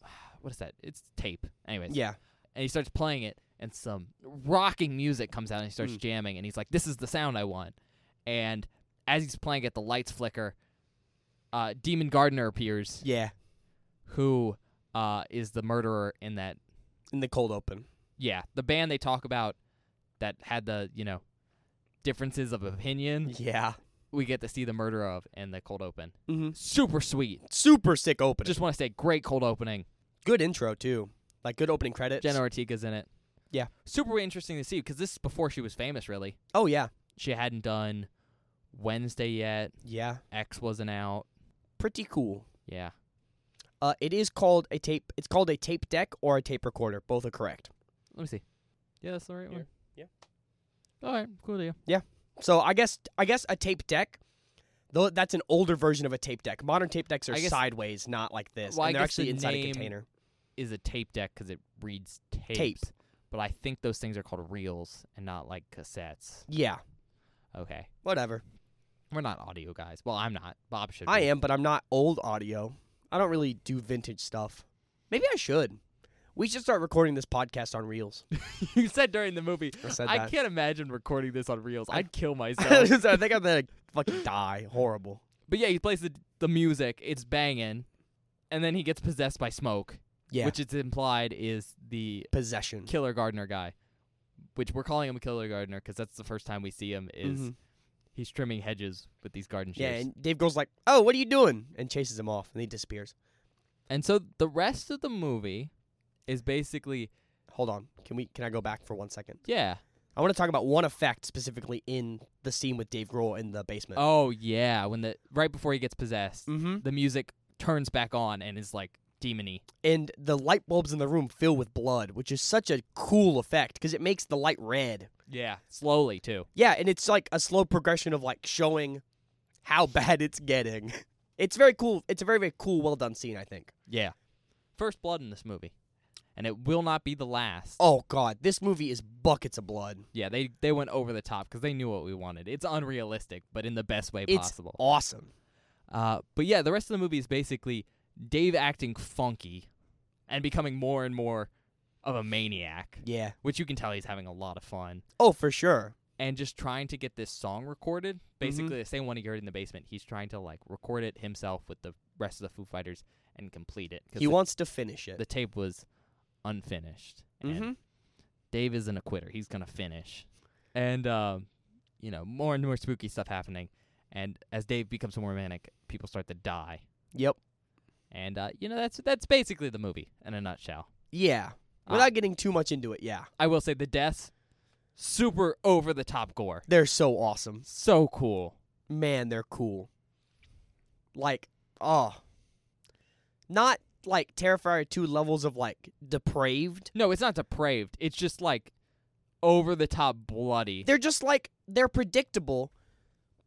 [SPEAKER 2] *sighs* what is that? It's tape. Anyways,
[SPEAKER 1] Yeah.
[SPEAKER 2] and he starts playing it, and some rocking music comes out, and he starts
[SPEAKER 1] Mm.
[SPEAKER 2] jamming, and he's like, "This is the sound I want." And as he's playing it, the lights flicker. Uh, Demon Gardener appears,
[SPEAKER 1] Yeah.
[SPEAKER 2] who uh, is the murderer in that.
[SPEAKER 1] In the cold
[SPEAKER 2] *laughs*
[SPEAKER 1] open.
[SPEAKER 2] Yeah, the band they talk about that had the you know differences of opinion.
[SPEAKER 1] Yeah.
[SPEAKER 2] We get to see the murderer of in the cold open.
[SPEAKER 1] Mm-hmm.
[SPEAKER 2] Super sweet.
[SPEAKER 1] Super sick opening.
[SPEAKER 2] Just want to say, great cold opening.
[SPEAKER 1] good intro too. Like good opening credits.
[SPEAKER 2] Jenna Ortega's in it.
[SPEAKER 1] Yeah.
[SPEAKER 2] super interesting to see because this is before she was famous. Really,
[SPEAKER 1] oh yeah.
[SPEAKER 2] she hadn't done Wednesday yet.
[SPEAKER 1] Yeah.
[SPEAKER 2] X wasn't out.
[SPEAKER 1] Pretty cool.
[SPEAKER 2] Yeah.
[SPEAKER 1] Uh, it is called a tape. It's called a tape deck or a tape recorder. Both are correct.
[SPEAKER 2] Let me see. Yeah, that's the right one.
[SPEAKER 1] Yeah.
[SPEAKER 2] All right. Cool deal.
[SPEAKER 1] So I guess I guess a tape deck, though that's an older version of a tape deck. Modern tape decks are
[SPEAKER 2] I guess-
[SPEAKER 1] sideways, not like this.
[SPEAKER 2] Well, I
[SPEAKER 1] and they're
[SPEAKER 2] guess the
[SPEAKER 1] actually inside a
[SPEAKER 2] name-
[SPEAKER 1] container.
[SPEAKER 2] Is a tape deck because it reads tapes. But I think those things are called reels and not like cassettes.
[SPEAKER 1] Yeah,
[SPEAKER 2] Okay.
[SPEAKER 1] whatever.
[SPEAKER 2] We're not audio guys. Well, I'm not. Bob should.
[SPEAKER 1] I
[SPEAKER 2] be.
[SPEAKER 1] am, but I'm not old audio. I don't really do vintage stuff. Maybe I should. We should start recording this podcast on
[SPEAKER 2] *laughs*
[SPEAKER 1] reels.
[SPEAKER 2] *laughs* you said during the movie.
[SPEAKER 1] I said
[SPEAKER 2] I
[SPEAKER 1] that. *laughs*
[SPEAKER 2] can't imagine recording this on reels. I'd kill
[SPEAKER 1] I *laughs*
[SPEAKER 2] myself.
[SPEAKER 1] think I'm gonna fucking die. Horrible.
[SPEAKER 2] But yeah, he plays the the music. It's banging, and then he gets possessed by smoke,
[SPEAKER 1] Yeah.
[SPEAKER 2] which it's implied is the
[SPEAKER 1] possession?
[SPEAKER 2] killer gardener guy, which we're calling him a killer gardener because that's the first time we see him is
[SPEAKER 1] Mhm.
[SPEAKER 2] he's trimming hedges with these garden shears.
[SPEAKER 1] Yeah, and Dave Grohl's like, "Oh, what are you doing?" and chases him off, and he disappears.
[SPEAKER 2] and so the rest of the movie is basically
[SPEAKER 1] Hold on. Can we? Can I go back for one second?
[SPEAKER 2] yeah.
[SPEAKER 1] I want to talk about one effect specifically in the scene with Dave Grohl in the basement.
[SPEAKER 2] Oh yeah, when the right before he gets possessed,
[SPEAKER 1] Mm-hmm.
[SPEAKER 2] the music turns back on and is like demony.
[SPEAKER 1] And the light bulbs in the room fill with blood, which is such a cool effect because it makes the light red.
[SPEAKER 2] Yeah, slowly too.
[SPEAKER 1] Yeah, and it's like a slow progression of like showing how *laughs* bad it's getting. It's very cool. It's a very very cool, well done scene. I think.
[SPEAKER 2] Yeah. First blood in this movie, and it will not be the last.
[SPEAKER 1] Oh God, this movie is buckets of blood.
[SPEAKER 2] Yeah, they they went over the top because they knew what we wanted. It's unrealistic, but in the best way
[SPEAKER 1] It's
[SPEAKER 2] possible.
[SPEAKER 1] awesome.
[SPEAKER 2] Uh, but yeah, the rest of the movie is basically Dave acting funky and becoming more and more of a maniac,
[SPEAKER 1] Yeah.
[SPEAKER 2] which you can tell he's having a lot of fun
[SPEAKER 1] Oh, for sure.
[SPEAKER 2] and just trying to get this song recorded.
[SPEAKER 1] Mm-hmm.
[SPEAKER 2] Basically, the same one he heard in the basement. He's trying to like record it himself with the rest of the Foo Fighters and complete it. 'cause
[SPEAKER 1] He
[SPEAKER 2] the,
[SPEAKER 1] wants to finish it.
[SPEAKER 2] the tape was unfinished. and
[SPEAKER 1] Mm-hmm.
[SPEAKER 2] Dave isn't a quitter. He's gonna finish. And um, you know, more and more spooky stuff happening. And as Dave becomes more manic, people start to die.
[SPEAKER 1] Yep.
[SPEAKER 2] And uh, you know, that's that's basically the movie in a nutshell.
[SPEAKER 1] Yeah.
[SPEAKER 2] Ah.
[SPEAKER 1] Without getting too much into it, yeah,
[SPEAKER 2] I will say the deaths, super over the top gore.
[SPEAKER 1] they're so awesome.
[SPEAKER 2] So cool.
[SPEAKER 1] man, they're cool. Like, oh, not like Terrifier two levels of like depraved.
[SPEAKER 2] No, it's not depraved. It's just like over the top bloody.
[SPEAKER 1] They're just like they're predictable,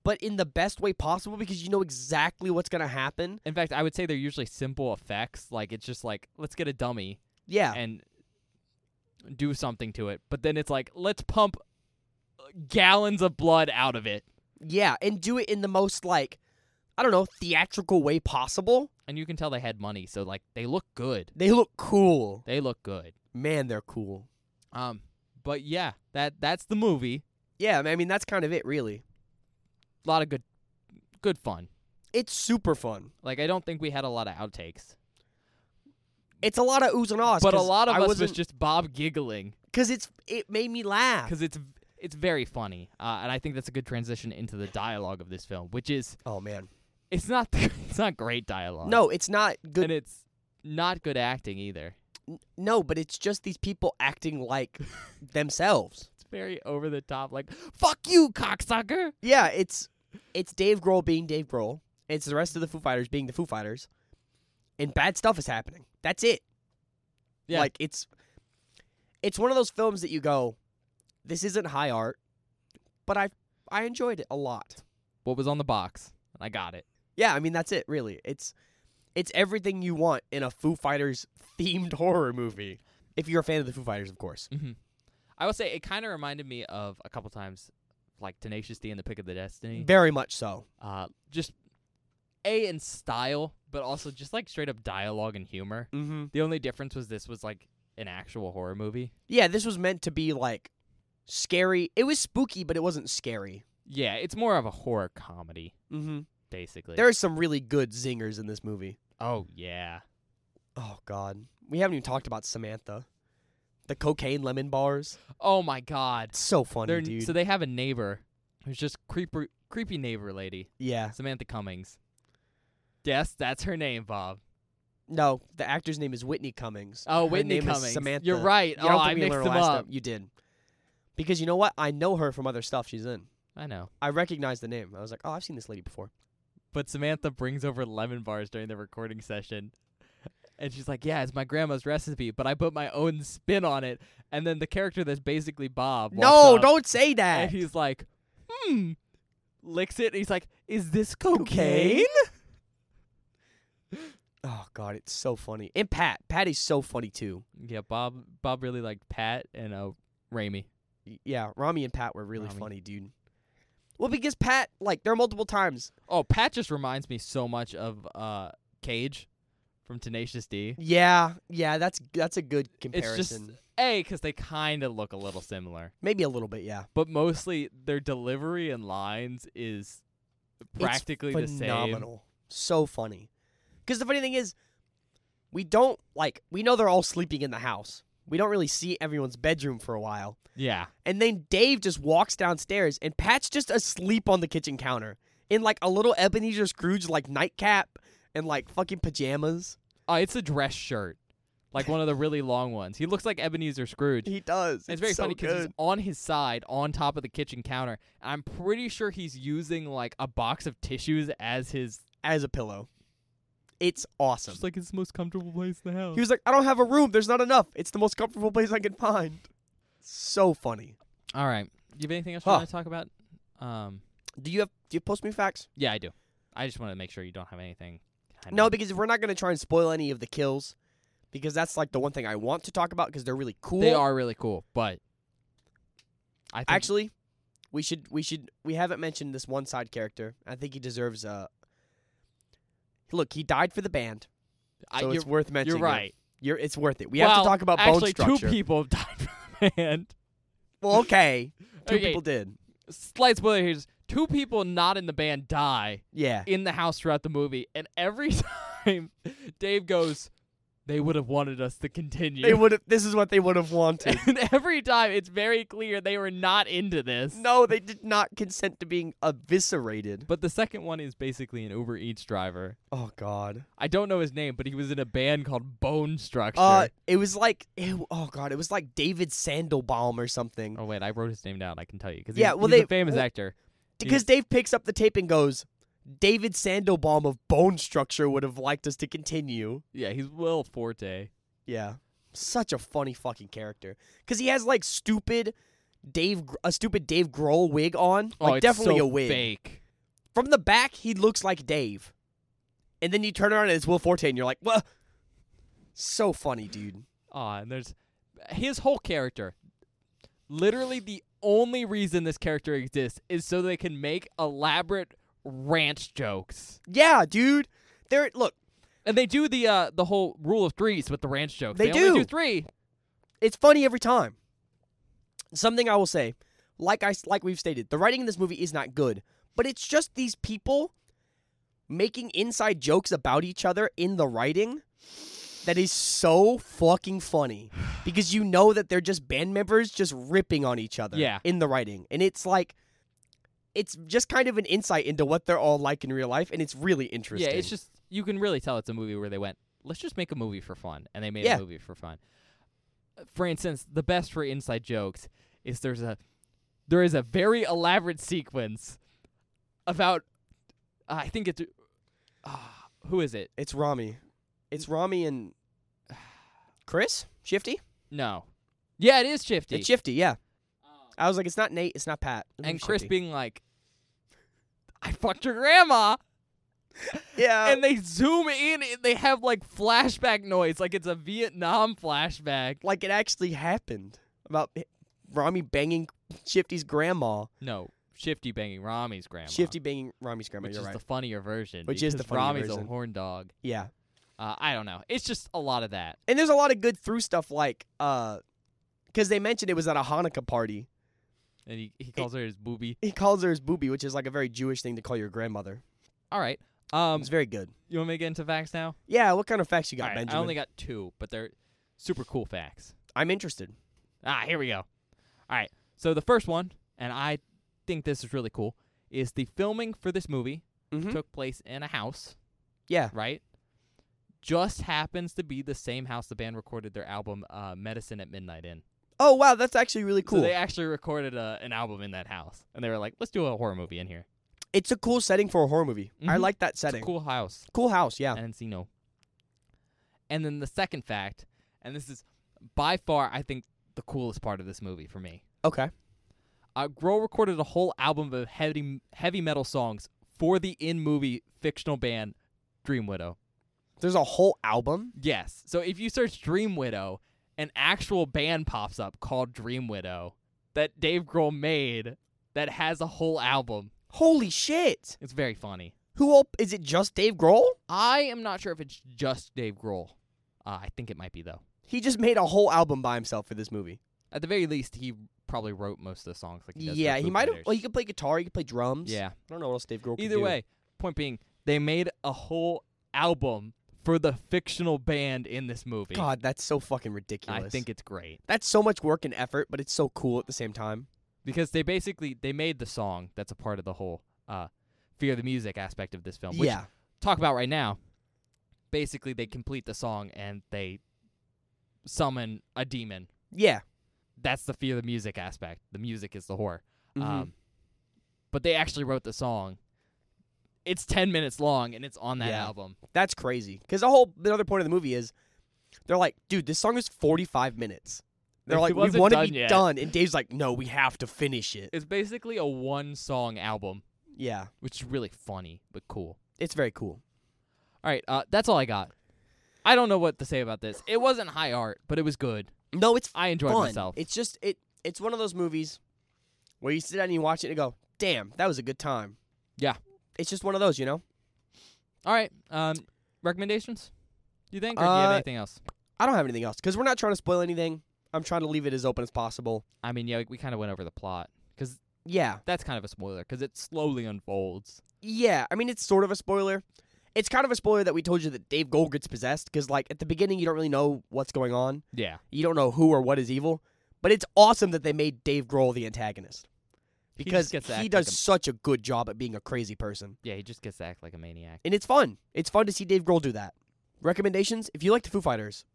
[SPEAKER 1] but in the best way possible because you know exactly what's gonna happen.
[SPEAKER 2] In fact, I would say they're usually simple effects. Like it's just like let's get a dummy
[SPEAKER 1] Yeah,
[SPEAKER 2] and do something to it. But then it's like, let's pump uh, gallons of blood out of it.
[SPEAKER 1] yeah, and do it in the most like I don't know theatrical way possible.
[SPEAKER 2] And you can tell they had money, so like they look good.
[SPEAKER 1] They look cool,
[SPEAKER 2] They look good.
[SPEAKER 1] man. They're cool.
[SPEAKER 2] Um, but yeah, that that's the movie.
[SPEAKER 1] Yeah, I mean that's kind of it, really.
[SPEAKER 2] A lot of good, good fun.
[SPEAKER 1] It's super fun.
[SPEAKER 2] Like I don't think we had a lot of outtakes,
[SPEAKER 1] It's a lot of oohs and ahs,
[SPEAKER 2] but a
[SPEAKER 1] 'cause
[SPEAKER 2] lot of
[SPEAKER 1] I
[SPEAKER 2] us was
[SPEAKER 1] wasn't- Ah.
[SPEAKER 2] just Bob giggling.
[SPEAKER 1] because it's it made me laugh.
[SPEAKER 2] because it's it's very funny, uh, and I think that's a good transition into the dialogue of this film, which is
[SPEAKER 1] Oh man,
[SPEAKER 2] it's not *laughs* it's not great dialogue.
[SPEAKER 1] no, it's not good.
[SPEAKER 2] and it's not good acting either.
[SPEAKER 1] n- no, but it's just these people acting like themselves.
[SPEAKER 2] It's very over the top, like "fuck you, cocksucker."
[SPEAKER 1] Yeah, it's it's Dave Grohl being Dave Grohl. It's the rest of the Foo Fighters being the Foo Fighters, and bad stuff is happening. That's it.
[SPEAKER 2] Yeah.
[SPEAKER 1] like it's it's one of those films that you go, this isn't high art, but I I enjoyed it a lot.
[SPEAKER 2] What was on the box? I got it.
[SPEAKER 1] Yeah, I mean that's it really. It's it's everything you want in a Foo Fighters themed *laughs* horror movie. If you're a fan of the Foo Fighters, of course.
[SPEAKER 2] hmm I will say it kind of reminded me of a couple times, like Tenacious D and the Pick of the Destiny.
[SPEAKER 1] Very much so.
[SPEAKER 2] Uh, just a in style, but also just like straight up dialogue and humor.
[SPEAKER 1] Mm-hmm.
[SPEAKER 2] The only difference was this was like an actual horror movie.
[SPEAKER 1] Yeah, this was meant to be like scary. It was spooky, but it wasn't scary.
[SPEAKER 2] Yeah, it's more of a horror comedy,
[SPEAKER 1] Mm-hmm.
[SPEAKER 2] basically.
[SPEAKER 1] There are some really good zingers in this movie.
[SPEAKER 2] oh yeah,
[SPEAKER 1] Oh God, we haven't even talked about Samantha, the cocaine lemon bars.
[SPEAKER 2] oh my god.
[SPEAKER 1] It's so funny,
[SPEAKER 2] They're-
[SPEAKER 1] dude.
[SPEAKER 2] So they have a neighbor who's just creeper, creepy neighbor lady,
[SPEAKER 1] yeah,
[SPEAKER 2] Samantha Cummings. Yes, that's her name, Bob.
[SPEAKER 1] no, the actor's name is Whitney Cummings.
[SPEAKER 2] Oh,
[SPEAKER 1] Her
[SPEAKER 2] Whitney
[SPEAKER 1] name is
[SPEAKER 2] Cummings.
[SPEAKER 1] Samantha.
[SPEAKER 2] You're right.
[SPEAKER 1] Yeah,
[SPEAKER 2] oh,
[SPEAKER 1] I don't think
[SPEAKER 2] I
[SPEAKER 1] we
[SPEAKER 2] mixed
[SPEAKER 1] learned
[SPEAKER 2] them
[SPEAKER 1] her last
[SPEAKER 2] up.
[SPEAKER 1] name. You did, because you know what? I know her from other stuff she's in.
[SPEAKER 2] I know.
[SPEAKER 1] I recognize the name. I was like, oh, I've seen this lady before.
[SPEAKER 2] But Samantha brings over lemon bars during the recording session. And she's like, "Yeah, it's my grandma's recipe, but I put my own spin on it." And then the character that's basically Bob.
[SPEAKER 1] no,
[SPEAKER 2] walks up,
[SPEAKER 1] don't say
[SPEAKER 2] And *laughs*
[SPEAKER 1] that.
[SPEAKER 2] he's like, "Hmm." Licks it. And he's like, "Is this cocaine?"
[SPEAKER 1] Oh God, it's so funny. And Pat, Patty's so funny too.
[SPEAKER 2] Yeah, Bob. Bob really liked Pat and uh, Raimi.
[SPEAKER 1] Y- Yeah, Rami and Pat were really
[SPEAKER 2] Rami.
[SPEAKER 1] funny, dude. Well, because Pat, like, there are multiple times.
[SPEAKER 2] Oh, Pat just reminds me so much of uh Cage from Tenacious D.
[SPEAKER 1] Yeah, yeah, that's that's a good comparison.
[SPEAKER 2] A, because they kind of look a little similar,
[SPEAKER 1] Maybe a little bit, yeah.
[SPEAKER 2] but mostly their delivery and lines is practically the same.
[SPEAKER 1] Phenomenal, so funny. Because the funny thing is, we don't like we know they're all sleeping in the house. We don't really see everyone's bedroom for a while,
[SPEAKER 2] Yeah,
[SPEAKER 1] and then Dave just walks downstairs, and Pat's just asleep on the kitchen counter in like a little Ebenezer Scrooge like nightcap and like fucking pajamas.
[SPEAKER 2] uh, it's a dress shirt, like one of the really long ones. He looks like Ebenezer Scrooge.
[SPEAKER 1] He does.
[SPEAKER 2] It's very
[SPEAKER 1] so
[SPEAKER 2] funny
[SPEAKER 1] because
[SPEAKER 2] he's on his side, on top of the kitchen counter. And I'm pretty sure he's using like a box of tissues as his,
[SPEAKER 1] as a pillow, it's awesome.
[SPEAKER 2] just like his most comfortable place in the house.
[SPEAKER 1] He was like, I don't have a room. There's not enough. It's the most comfortable place I can find. So funny.
[SPEAKER 2] All right. Do you have anything else you
[SPEAKER 1] Huh.
[SPEAKER 2] want to talk about? Um,
[SPEAKER 1] Do you have do you post me facts?
[SPEAKER 2] yeah, I do. I just want to make sure you don't have anything. kind
[SPEAKER 1] No,
[SPEAKER 2] of-
[SPEAKER 1] because we're not going to try and spoil any of the kills because that's like the one thing I want to talk about because they're really cool.
[SPEAKER 2] they are really cool, but I think
[SPEAKER 1] Actually, we should we should we haven't mentioned this one side character. I think he deserves a Look, he died for the band.
[SPEAKER 2] I,
[SPEAKER 1] so
[SPEAKER 2] you're,
[SPEAKER 1] it's worth
[SPEAKER 2] you're
[SPEAKER 1] mentioning. him.
[SPEAKER 2] right.
[SPEAKER 1] You're it's worth it. We have
[SPEAKER 2] Well,
[SPEAKER 1] to talk about bone
[SPEAKER 2] Actually,
[SPEAKER 1] structure.
[SPEAKER 2] two people have *laughs* died from the band.
[SPEAKER 1] well, okay. Two
[SPEAKER 2] Okay,
[SPEAKER 1] people did.
[SPEAKER 2] Slight spoiler here: is two people not in the band die
[SPEAKER 1] *laughs* Yeah.
[SPEAKER 2] in the house throughout the movie, and every *laughs* time Dave goes, "They would have wanted us to continue."
[SPEAKER 1] They would have this is what they would have wanted.
[SPEAKER 2] *laughs* and every time it's very clear they were not into this.
[SPEAKER 1] *laughs* No, they did not consent to being eviscerated.
[SPEAKER 2] But the second one is basically an Uber Eats driver.
[SPEAKER 1] Oh God.
[SPEAKER 2] I don't know his name, but he was in a band called Bone Structure.
[SPEAKER 1] Uh, it was like, ew, oh God, it was like David Sandelbaum or something.
[SPEAKER 2] oh wait, I wrote his name down. I can tell you because
[SPEAKER 1] Yeah,
[SPEAKER 2] he's,
[SPEAKER 1] well,
[SPEAKER 2] he's
[SPEAKER 1] they-
[SPEAKER 2] a famous
[SPEAKER 1] well-
[SPEAKER 2] actor.
[SPEAKER 1] Because Dave picks up the tape and goes, David Sandelbaum of Bone Structure would have liked us to continue.
[SPEAKER 2] Yeah, he's Will Forte.
[SPEAKER 1] Yeah, such a funny fucking character. Because he has like stupid Dave, Gr- a stupid Dave Grohl wig on,
[SPEAKER 2] Oh,
[SPEAKER 1] like
[SPEAKER 2] it's
[SPEAKER 1] definitely
[SPEAKER 2] so
[SPEAKER 1] a wig.
[SPEAKER 2] Fake.
[SPEAKER 1] From the back, he looks like Dave, and then you turn around and it's Will Forte, and you're like, well, so funny, dude.
[SPEAKER 2] Aw, and there's his whole character. Literally, the only reason this character exists is so they can make elaborate ranch jokes,
[SPEAKER 1] Yeah, dude. There, look,
[SPEAKER 2] and they do the uh the whole rule of threes with the ranch jokes.
[SPEAKER 1] They
[SPEAKER 2] They, only
[SPEAKER 1] do.
[SPEAKER 2] do three.
[SPEAKER 1] it's funny every time. Something I will say, like I like we've stated, the writing in this movie is not good, but it's just these people making inside jokes about each other in the writing that is so fucking
[SPEAKER 2] *sighs*
[SPEAKER 1] funny because you know that they're just band members just ripping on each other
[SPEAKER 2] Yeah.
[SPEAKER 1] in the writing. And it's like, it's just kind of an insight into what they're all like in real life. And it's really interesting.
[SPEAKER 2] Yeah, it's just you can really tell it's a movie where they went, let's just make a movie for fun, and they made
[SPEAKER 1] Yeah.
[SPEAKER 2] a movie for fun. Uh, For instance, the best for inside jokes is there's a there is a very elaborate sequence about uh, I think it's uh, who is it?
[SPEAKER 1] It's Rami. It's Rami and *sighs* Chris? Shifty?
[SPEAKER 2] No, yeah, it is Shifty.
[SPEAKER 1] It's Shifty, yeah. I was like, it's not Nate, it's not Pat. It's
[SPEAKER 2] and Chris
[SPEAKER 1] Shifty.
[SPEAKER 2] being like, I fucked your grandma.
[SPEAKER 1] Yeah.
[SPEAKER 2] and they zoom in and they have like flashback noise, like it's a Vietnam flashback.
[SPEAKER 1] like it actually happened about h- Rami banging Shifty's grandma.
[SPEAKER 2] No, Shifty banging Rami's grandma.
[SPEAKER 1] Shifty banging Rami's grandma,
[SPEAKER 2] which is
[SPEAKER 1] you're right.
[SPEAKER 2] the funnier version.
[SPEAKER 1] Which is the
[SPEAKER 2] because
[SPEAKER 1] funnier
[SPEAKER 2] Rami's
[SPEAKER 1] version.
[SPEAKER 2] a horn dog.
[SPEAKER 1] yeah.
[SPEAKER 2] Uh, I don't know. It's just a lot of that.
[SPEAKER 1] And there's a lot of good through stuff like uh because they mentioned it was at a Hanukkah party.
[SPEAKER 2] And he, he calls her his booby.
[SPEAKER 1] He calls her his booby, which is like a very Jewish thing to call your grandmother.
[SPEAKER 2] All right. Um,
[SPEAKER 1] It's very good.
[SPEAKER 2] you want me to get into facts now?
[SPEAKER 1] Yeah, what kind of facts you got,
[SPEAKER 2] All right,
[SPEAKER 1] Benjamin?
[SPEAKER 2] I only got two, but they're super cool facts.
[SPEAKER 1] I'm interested.
[SPEAKER 2] Ah, here we go. All right. So the first one, and I think this is really cool, is the filming for this movie
[SPEAKER 1] Mhm.
[SPEAKER 2] took place in a house.
[SPEAKER 1] Yeah.
[SPEAKER 2] Right? Just happens to be the same house the band recorded their album uh, Medicine at Midnight in.
[SPEAKER 1] Oh wow, that's actually really cool.
[SPEAKER 2] So they actually recorded a, an album in that house. And they were like, let's do a horror movie in here.
[SPEAKER 1] it's a cool setting for a horror movie. I
[SPEAKER 2] Mhm.
[SPEAKER 1] like that
[SPEAKER 2] It's a
[SPEAKER 1] setting.
[SPEAKER 2] cool house.
[SPEAKER 1] cool house, yeah.
[SPEAKER 2] And Encino. And then the second fact, and this is by far, I think, the coolest part of this movie for me.
[SPEAKER 1] Okay.
[SPEAKER 2] Uh, Grohl recorded a whole album of heavy, heavy metal songs for the in movie fictional band Dream Widow.
[SPEAKER 1] There's a whole album.
[SPEAKER 2] Yes. So if you search Dream Widow, an actual band pops up called Dream Widow that Dave Grohl made that has a whole album.
[SPEAKER 1] Holy shit!
[SPEAKER 2] It's very funny.
[SPEAKER 1] Who all is it? Just Dave Grohl?
[SPEAKER 2] I am not sure if it's just Dave Grohl. Uh, I think it might be though.
[SPEAKER 1] He just made a whole album by himself for this movie.
[SPEAKER 2] At the very least, he probably wrote most of the songs. Like he does for
[SPEAKER 1] yeah,
[SPEAKER 2] Foo
[SPEAKER 1] he might have.
[SPEAKER 2] Fighters.
[SPEAKER 1] Well, he could play guitar. He could play drums.
[SPEAKER 2] yeah.
[SPEAKER 1] I don't know what else Dave Grohl. could
[SPEAKER 2] Either
[SPEAKER 1] do.
[SPEAKER 2] way, point being, they made a whole album for the fictional band in this movie.
[SPEAKER 1] God, that's so fucking ridiculous.
[SPEAKER 2] I think it's great.
[SPEAKER 1] that's so much work and effort, but it's so cool at the same time.
[SPEAKER 2] because they basically they made the song that's a part of the whole uh, fear the music aspect of this film. Uh, Which
[SPEAKER 1] yeah,
[SPEAKER 2] talk about right now. Basically, they complete the song and they summon a demon.
[SPEAKER 1] yeah.
[SPEAKER 2] That's the fear the music aspect. The music is the horror.
[SPEAKER 1] Mhm.
[SPEAKER 2] Um, but they actually wrote the song. It's ten minutes long and it's on that
[SPEAKER 1] Yeah.
[SPEAKER 2] album.
[SPEAKER 1] that's crazy. Because the whole another point of the movie is, they're like, dude, this song is forty five minutes. They're
[SPEAKER 2] It
[SPEAKER 1] like, we
[SPEAKER 2] wasn't
[SPEAKER 1] want to
[SPEAKER 2] done
[SPEAKER 1] be
[SPEAKER 2] yet."
[SPEAKER 1] done, and Dave's like, no, we have to finish it.
[SPEAKER 2] It's basically a one song album,
[SPEAKER 1] Yeah,
[SPEAKER 2] which is really funny but cool.
[SPEAKER 1] it's very cool.
[SPEAKER 2] All right, uh, that's all I got. I don't know what to say about this. It wasn't high art, but it was good.
[SPEAKER 1] No, it's
[SPEAKER 2] I enjoyed
[SPEAKER 1] fun.
[SPEAKER 2] myself.
[SPEAKER 1] It's just it. It's one of those movies where you sit down and you watch it and go, "Damn, that was a good time."
[SPEAKER 2] Yeah.
[SPEAKER 1] it's just one of those, you know.
[SPEAKER 2] All right. Um, recommendations? You think, or do you have
[SPEAKER 1] Uh,
[SPEAKER 2] anything else?
[SPEAKER 1] I don't have anything else because we're not trying to spoil anything. I'm trying to leave it as open as possible.
[SPEAKER 2] I mean, yeah, we kind of went over the plot because
[SPEAKER 1] Yeah,
[SPEAKER 2] that's kind of a spoiler because it slowly unfolds.
[SPEAKER 1] yeah. I mean, it's sort of a spoiler. It's kind of a spoiler that we told you that Dave Gold gets possessed because, like, at the beginning, you don't really know what's going on.
[SPEAKER 2] Yeah.
[SPEAKER 1] You don't know who or what is evil. But it's awesome that they made Dave Grohl the antagonist
[SPEAKER 2] He
[SPEAKER 1] because
[SPEAKER 2] just
[SPEAKER 1] he,
[SPEAKER 2] gets to act
[SPEAKER 1] does
[SPEAKER 2] Like
[SPEAKER 1] such a good job at being a crazy person.
[SPEAKER 2] a, yeah, he just gets to act like a maniac.
[SPEAKER 1] and it's fun. It's fun to see Dave Grohl do that. Recommendations: If you like the Foo Fighters,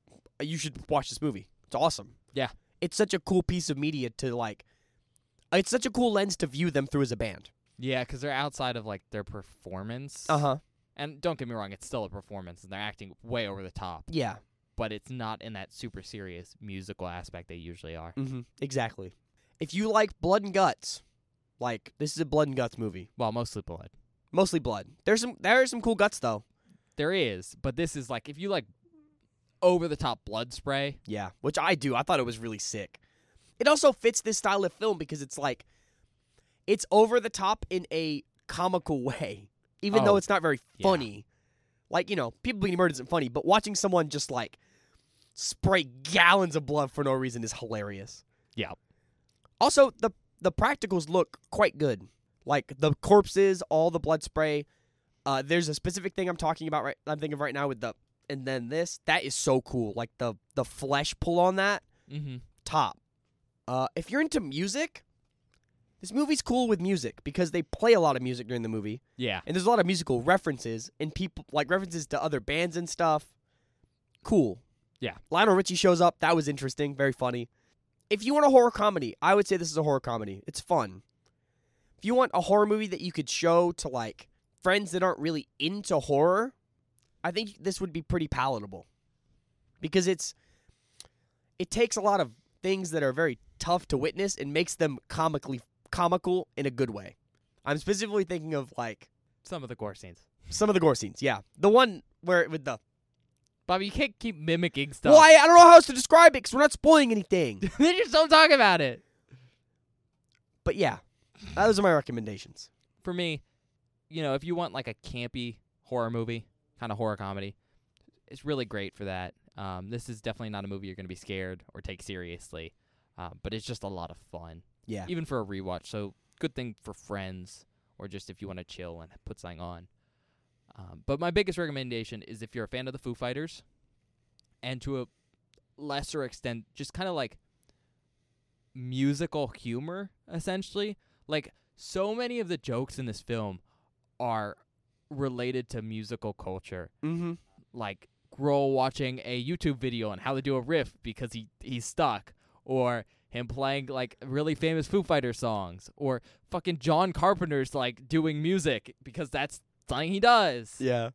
[SPEAKER 1] uh, you should watch this movie. It's awesome.
[SPEAKER 2] Yeah.
[SPEAKER 1] it's such a cool piece of media to like. It's such a cool lens to view them through as a band.
[SPEAKER 2] Yeah, because they're outside of like their performance.
[SPEAKER 1] huh.
[SPEAKER 2] And don't get me wrong, it's still a performance, and they're acting way over the top,
[SPEAKER 1] Yeah.
[SPEAKER 2] but it's not in that super serious musical aspect they usually are.
[SPEAKER 1] Mm-hmm. Exactly. If you like blood and guts, like this is a blood and guts movie,
[SPEAKER 2] Well, mostly blood.
[SPEAKER 1] mostly blood. There's some there are some cool guts though.
[SPEAKER 2] There is, but this is like if you like over the top blood spray,
[SPEAKER 1] Yeah, which I do. I thought it was really sick. It also fits this style of film because it's like it's over the top in a comical *laughs* way, even though
[SPEAKER 2] Oh,
[SPEAKER 1] it's not very
[SPEAKER 2] yeah.
[SPEAKER 1] funny. Like you know, people being murdered isn't funny, but watching someone just like spray gallons of blood for no reason is hilarious.
[SPEAKER 2] Yeah.
[SPEAKER 1] Also, the the practicals look quite good. Like the corpses, all the blood spray. Uh, there's a specific thing I'm talking about right. I'm thinking of right now with the and then this. That is so cool. Like the the flesh pull on that
[SPEAKER 2] Mm-hmm.
[SPEAKER 1] top. Uh, if you're into music, this movie's cool with music because they play a lot of music during the movie,
[SPEAKER 2] Yeah.
[SPEAKER 1] and there's a lot of musical references and people like references to other bands and stuff. Cool.
[SPEAKER 2] Yeah.
[SPEAKER 1] Lionel Richie shows up. That was interesting. Very funny. If you want a horror comedy, I would say this is a horror comedy. It's fun. If you want a horror movie that you could show to like friends that aren't really into horror, I think this would be pretty palatable. Because it's it takes a lot of things that are very tough to witness and makes them comically comical in a good way. I'm specifically thinking of like
[SPEAKER 2] Some of the gore scenes.
[SPEAKER 1] some of the gore scenes. Yeah, the one where with the
[SPEAKER 2] Bobby, you can't keep mimicking stuff.
[SPEAKER 1] well, I, I don't know how else to describe it because we're not spoiling anything.
[SPEAKER 2] *laughs*
[SPEAKER 1] *laughs*
[SPEAKER 2] they just don't talk about it.
[SPEAKER 1] but yeah, those are my recommendations.
[SPEAKER 2] For me, you know, if you want like a campy horror movie, kind of horror comedy, it's really great for that. Um, this is definitely not a movie you're going to be scared or take seriously, um, but it's just a lot of fun,
[SPEAKER 1] Yeah,
[SPEAKER 2] even for a rewatch. So good thing for friends or just if you want to chill and put something on. Um, but my biggest recommendation is if you're a fan of the Foo Fighters, and to a lesser extent, just kind of like musical humor, essentially. Like so many of the jokes in this film are related to musical culture.
[SPEAKER 1] mm-hmm.
[SPEAKER 2] Like Grohl watching a YouTube video on how to do a riff because he he's stuck, or him playing like really famous Foo Fighter songs, or fucking John Carpenter's like doing music because that's something he does.
[SPEAKER 1] yeah.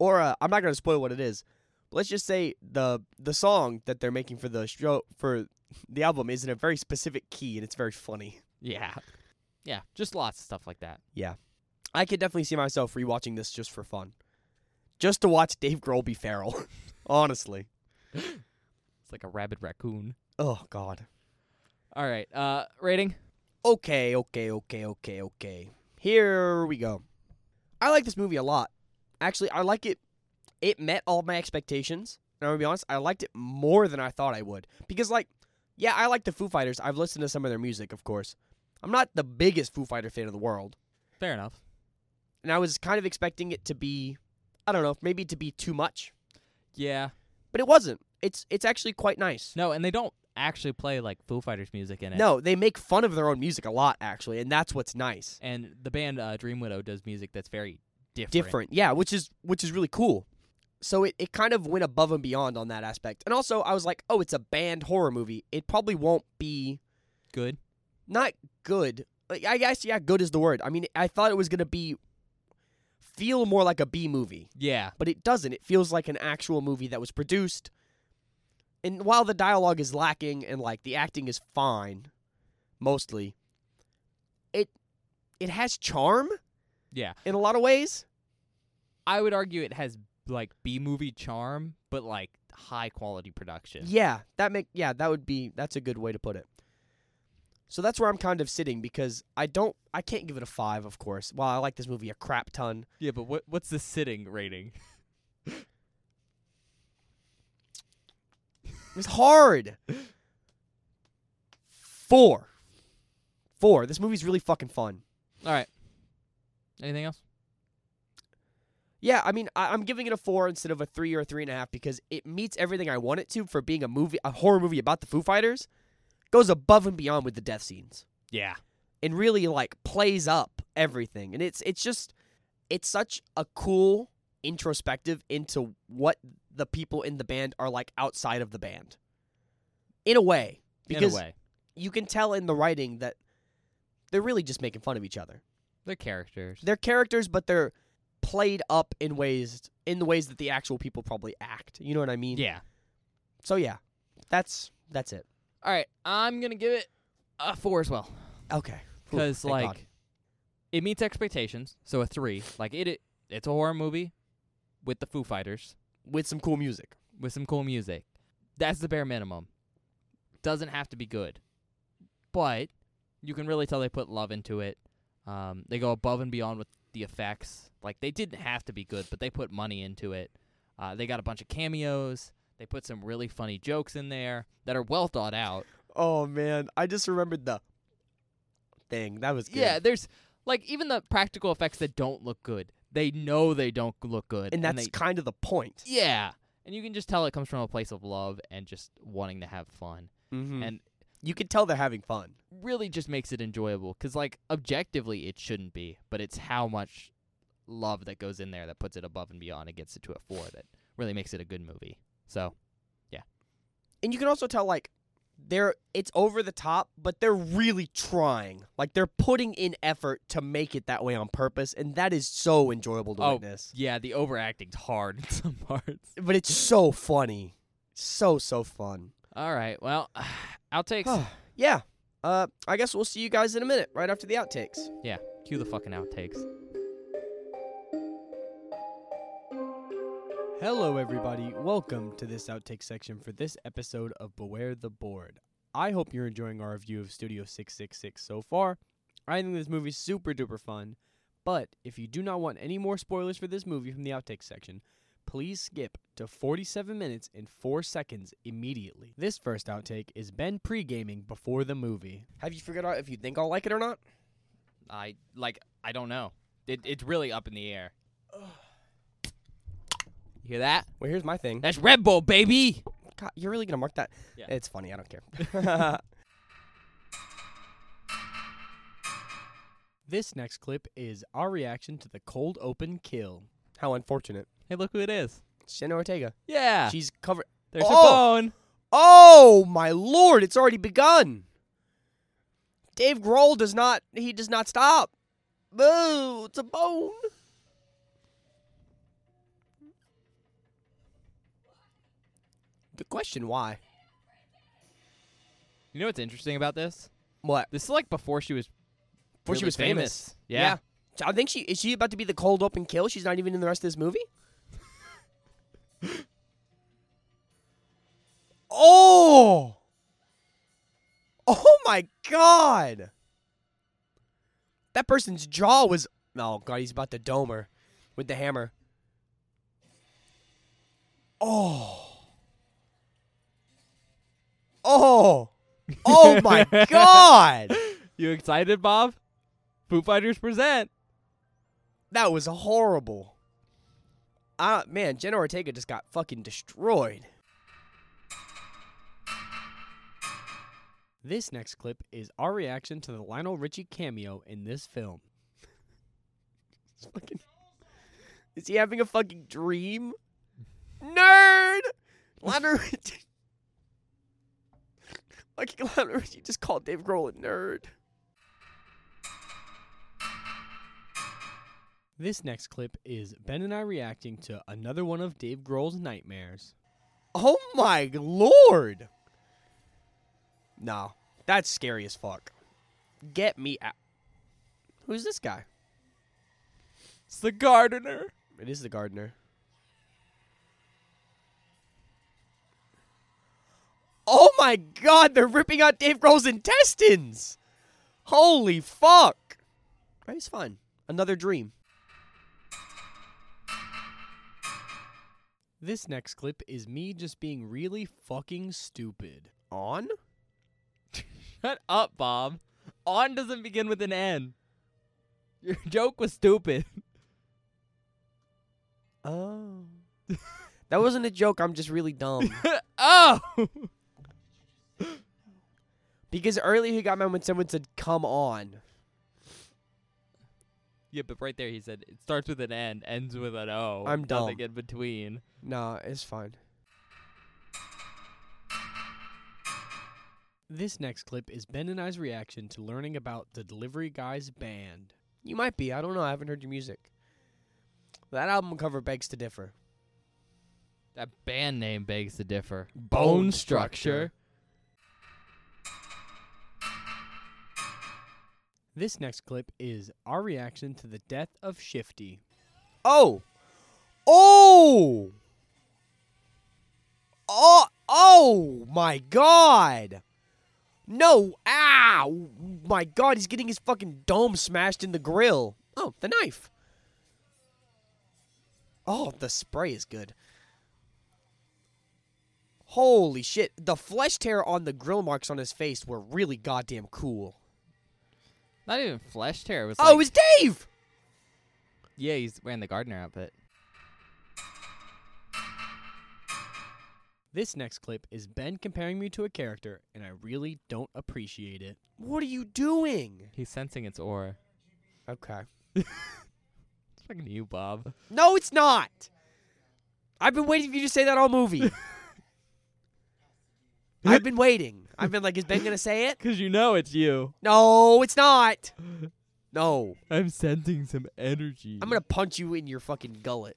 [SPEAKER 1] Or uh, I'm not gonna spoil what it is. But let's just say the the song that they're making for the show for *laughs* the album is in a very specific key and it's very funny.
[SPEAKER 2] Yeah. Yeah, just lots of stuff like that.
[SPEAKER 1] I could definitely see myself rewatching this just for fun, just to watch Dave Grohl be feral. *laughs* Honestly.
[SPEAKER 2] It's like a rabid raccoon.
[SPEAKER 1] Oh God.
[SPEAKER 2] All right, uh, rating.
[SPEAKER 1] Okay, okay, okay, okay, okay. Here we go. I like this movie a lot. Actually, I like it. It met all my expectations. And I'm gonna be honest, I liked it more than I thought I would. Because, like, yeah, I like the Foo Fighters. I've listened to some of their music, of course. I'm not the biggest Foo Fighter fan in the world.
[SPEAKER 2] Fair enough.
[SPEAKER 1] And I was kind of expecting it to be, I don't know, maybe to be too much.
[SPEAKER 2] Yeah.
[SPEAKER 1] But it wasn't. It's it's actually quite nice.
[SPEAKER 2] No, and they don't actually play like Foo Fighters music in it.
[SPEAKER 1] No, they make fun of their own music a lot, actually. And that's what's nice.
[SPEAKER 2] And the band uh, Dream Widow does music that's very different.
[SPEAKER 1] different. Yeah, which is which is really cool. So it, it kind of went above and beyond on that aspect. And also I was like, oh, it's a banned horror movie. It probably won't be
[SPEAKER 2] Good.
[SPEAKER 1] not good. Like, I guess yeah, good is the word. I mean, I thought it was gonna be feel more like a B movie,
[SPEAKER 2] Yeah.
[SPEAKER 1] but it doesn't. It feels like an actual movie that was produced. And while the dialogue is lacking and like the acting is fine, mostly, it it has charm
[SPEAKER 2] Yeah.
[SPEAKER 1] in a lot of ways.
[SPEAKER 2] I would argue it has like B movie charm, but like high quality production.
[SPEAKER 1] Yeah, that make yeah, that would be that's a good way to put it. So that's where I'm kind of sitting because I don't I can't give it a 5 of course. While I like this movie a crap ton.
[SPEAKER 2] Yeah, but what what's the sitting rating?
[SPEAKER 1] It was hard. 4. 4. This movie's really fucking fun.
[SPEAKER 2] All right. Anything else?
[SPEAKER 1] Yeah, I mean, I, I'm giving it a four instead of a three or a three and a half because it meets everything I want it to for being a movie, a horror movie about the Foo Fighters. Goes above and beyond with the death scenes.
[SPEAKER 2] Yeah.
[SPEAKER 1] and really like plays up everything and it's it's just it's such a cool introspective into what the people in the band are like outside of the band in a way because
[SPEAKER 2] in a way,
[SPEAKER 1] you can tell in the writing that they're really just making fun of each other
[SPEAKER 2] they're characters.
[SPEAKER 1] they're characters but they're played up in ways in the ways that the actual people probably act you know what i mean
[SPEAKER 2] yeah.
[SPEAKER 1] so yeah that's that's it
[SPEAKER 2] All right. I'm gonna give it a four as well.
[SPEAKER 1] okay Whew,
[SPEAKER 2] because
[SPEAKER 1] thank
[SPEAKER 2] like
[SPEAKER 1] God.
[SPEAKER 2] it meets expectations so a three like it, it it's a horror movie with the foo fighters
[SPEAKER 1] with some cool music
[SPEAKER 2] with some cool music that's the bare minimum doesn't have to be good but you can really tell they put love into it um, they go above and beyond with the effects like they didn't have to be good but they put money into it uh, they got a bunch of cameos they put some really funny jokes in there that are well thought out
[SPEAKER 1] Oh man, I just remembered the thing. That was good.
[SPEAKER 2] Yeah, there's like even the practical effects that don't look good. they know they don't look good,
[SPEAKER 1] and that's
[SPEAKER 2] they,
[SPEAKER 1] kind of the point.
[SPEAKER 2] yeah. And you can just tell it comes from a place of love and just wanting to have fun.
[SPEAKER 1] And
[SPEAKER 2] And-
[SPEAKER 1] you can tell they're having fun.
[SPEAKER 2] Really, just makes it enjoyable because, like, objectively, it shouldn't be, but it's how much love that goes in there that puts it above and beyond and gets it to a four that really makes it a good movie. So
[SPEAKER 1] And you can also tell like they're it's over the top, but they're really trying. Like they're putting in effort to make it that way on purpose, and that is so enjoyable to
[SPEAKER 2] Oh.
[SPEAKER 1] witness.
[SPEAKER 2] Yeah, the overacting's hard *laughs* in some parts.
[SPEAKER 1] But it's so funny. So so fun.
[SPEAKER 2] All right, well, *sighs* outtakes. *sighs*
[SPEAKER 1] yeah. Uh I guess we'll see you guys in a minute right after the outtakes.
[SPEAKER 2] yeah, cue the fucking outtakes.
[SPEAKER 1] Hello, everybody. Welcome to this outtake section for this episode of Beware the Board. I hope you're enjoying our review of Studio 666 so far. I think this movie's super duper fun, but if you do not want any more spoilers for this movie from the outtake section, please skip to 47 minutes and 4 seconds immediately. This first outtake is Ben pre gaming before the movie. Have you figured out if you think I'll like it or not?
[SPEAKER 2] I like. I don't know. It, it's really up in the air. You hear that?
[SPEAKER 1] Well, here's my thing.
[SPEAKER 2] That's Red Bull, baby.
[SPEAKER 1] God, you're really gonna mark that?
[SPEAKER 2] Yeah.
[SPEAKER 1] It's funny. I don't care. *laughs* this next clip is our reaction to the cold open kill. How unfortunate.
[SPEAKER 2] Hey, look who it is.
[SPEAKER 1] Jenna Ortega.
[SPEAKER 2] Yeah,
[SPEAKER 1] She's covered.
[SPEAKER 2] there's
[SPEAKER 1] Oh!
[SPEAKER 2] her phone.
[SPEAKER 1] Oh my lord! It's already begun. Dave Grohl does not. He does not stop. Boo! It's a bone. Good question. Why?
[SPEAKER 2] You know what's interesting about this?
[SPEAKER 1] What?
[SPEAKER 2] This is like before she was
[SPEAKER 1] Before she
[SPEAKER 2] really
[SPEAKER 1] was famous.
[SPEAKER 2] Yeah.
[SPEAKER 1] So I think she is she about to be the cold open kill. She's not even in the rest of this movie. *laughs* oh. Oh my god. That person's jaw was Oh god, he's about to dome her with the hammer. Oh. Oh. Oh my *laughs* god.
[SPEAKER 2] You excited, Bob? Foo Fighters present.
[SPEAKER 1] That was horrible. Ah, man, Jenna Ortega just got fucking destroyed. This next clip is our reaction to the Lionel Richie cameo in this film. *laughs* It's fucking- is he having a fucking dream? Nerd! Lionel Richie. *laughs* Like Lionel Richie just called Dave Grohl a nerd. This next clip is Ben and I reacting to another one of Dave Grohl's nightmares. Oh my lord! No, that's scary as fuck. Get me out. Who's this guy?
[SPEAKER 2] It's the gardener.
[SPEAKER 1] It is the gardener. Oh my god, they're ripping out Dave Grohl's intestines! Holy fuck! That was fun. Another dream. This next clip is me just being really fucking stupid. On?
[SPEAKER 2] Shut up, Bob. On doesn't begin with an N. Your *laughs* joke was stupid.
[SPEAKER 1] Oh. *laughs* that wasn't a joke, I'm just really dumb.
[SPEAKER 2] *laughs*
[SPEAKER 1] *laughs*
[SPEAKER 2] oh!
[SPEAKER 1] because earlier he got mad when someone said, come on.
[SPEAKER 2] *laughs* Yeah, but right there he said it starts with an N, ends with an O.
[SPEAKER 1] I'm
[SPEAKER 2] Nothing
[SPEAKER 1] dumb.
[SPEAKER 2] in between.
[SPEAKER 1] Nah, it's fine. This next clip is Ben and I's reaction to learning about the Delivery Guys band. You might be. I don't know. I haven't heard your music. That album cover begs to differ.
[SPEAKER 2] That band name begs to differ.
[SPEAKER 1] Bone Structure. This next clip is our reaction to the death of Shifty. Oh! Oh! Oh! Oh my god! No! Ow! My god, he's getting his fucking dome smashed in the grill. Oh, the knife. Oh, the spray is good. Holy shit. The flesh tear on the grill marks on his face were really goddamn cool.
[SPEAKER 2] Not even flesh tear. It was
[SPEAKER 1] Oh,
[SPEAKER 2] like
[SPEAKER 1] it was Dave.
[SPEAKER 2] Yeah, he's wearing the gardener outfit.
[SPEAKER 3] This next clip is Ben comparing me to a character, and I really don't appreciate it.
[SPEAKER 1] What are you doing?
[SPEAKER 2] He's sensing its aura.
[SPEAKER 1] Okay.
[SPEAKER 2] It's fucking you, Bob.
[SPEAKER 1] No, it's not. I've been waiting for you to say that all movie. I've been waiting. I've been like, is Ben gonna say it?
[SPEAKER 2] *laughs* Cause you know it's you.
[SPEAKER 1] No, it's not. No,
[SPEAKER 2] I'm sensing some energy.
[SPEAKER 1] I'm gonna punch you in your fucking gullet.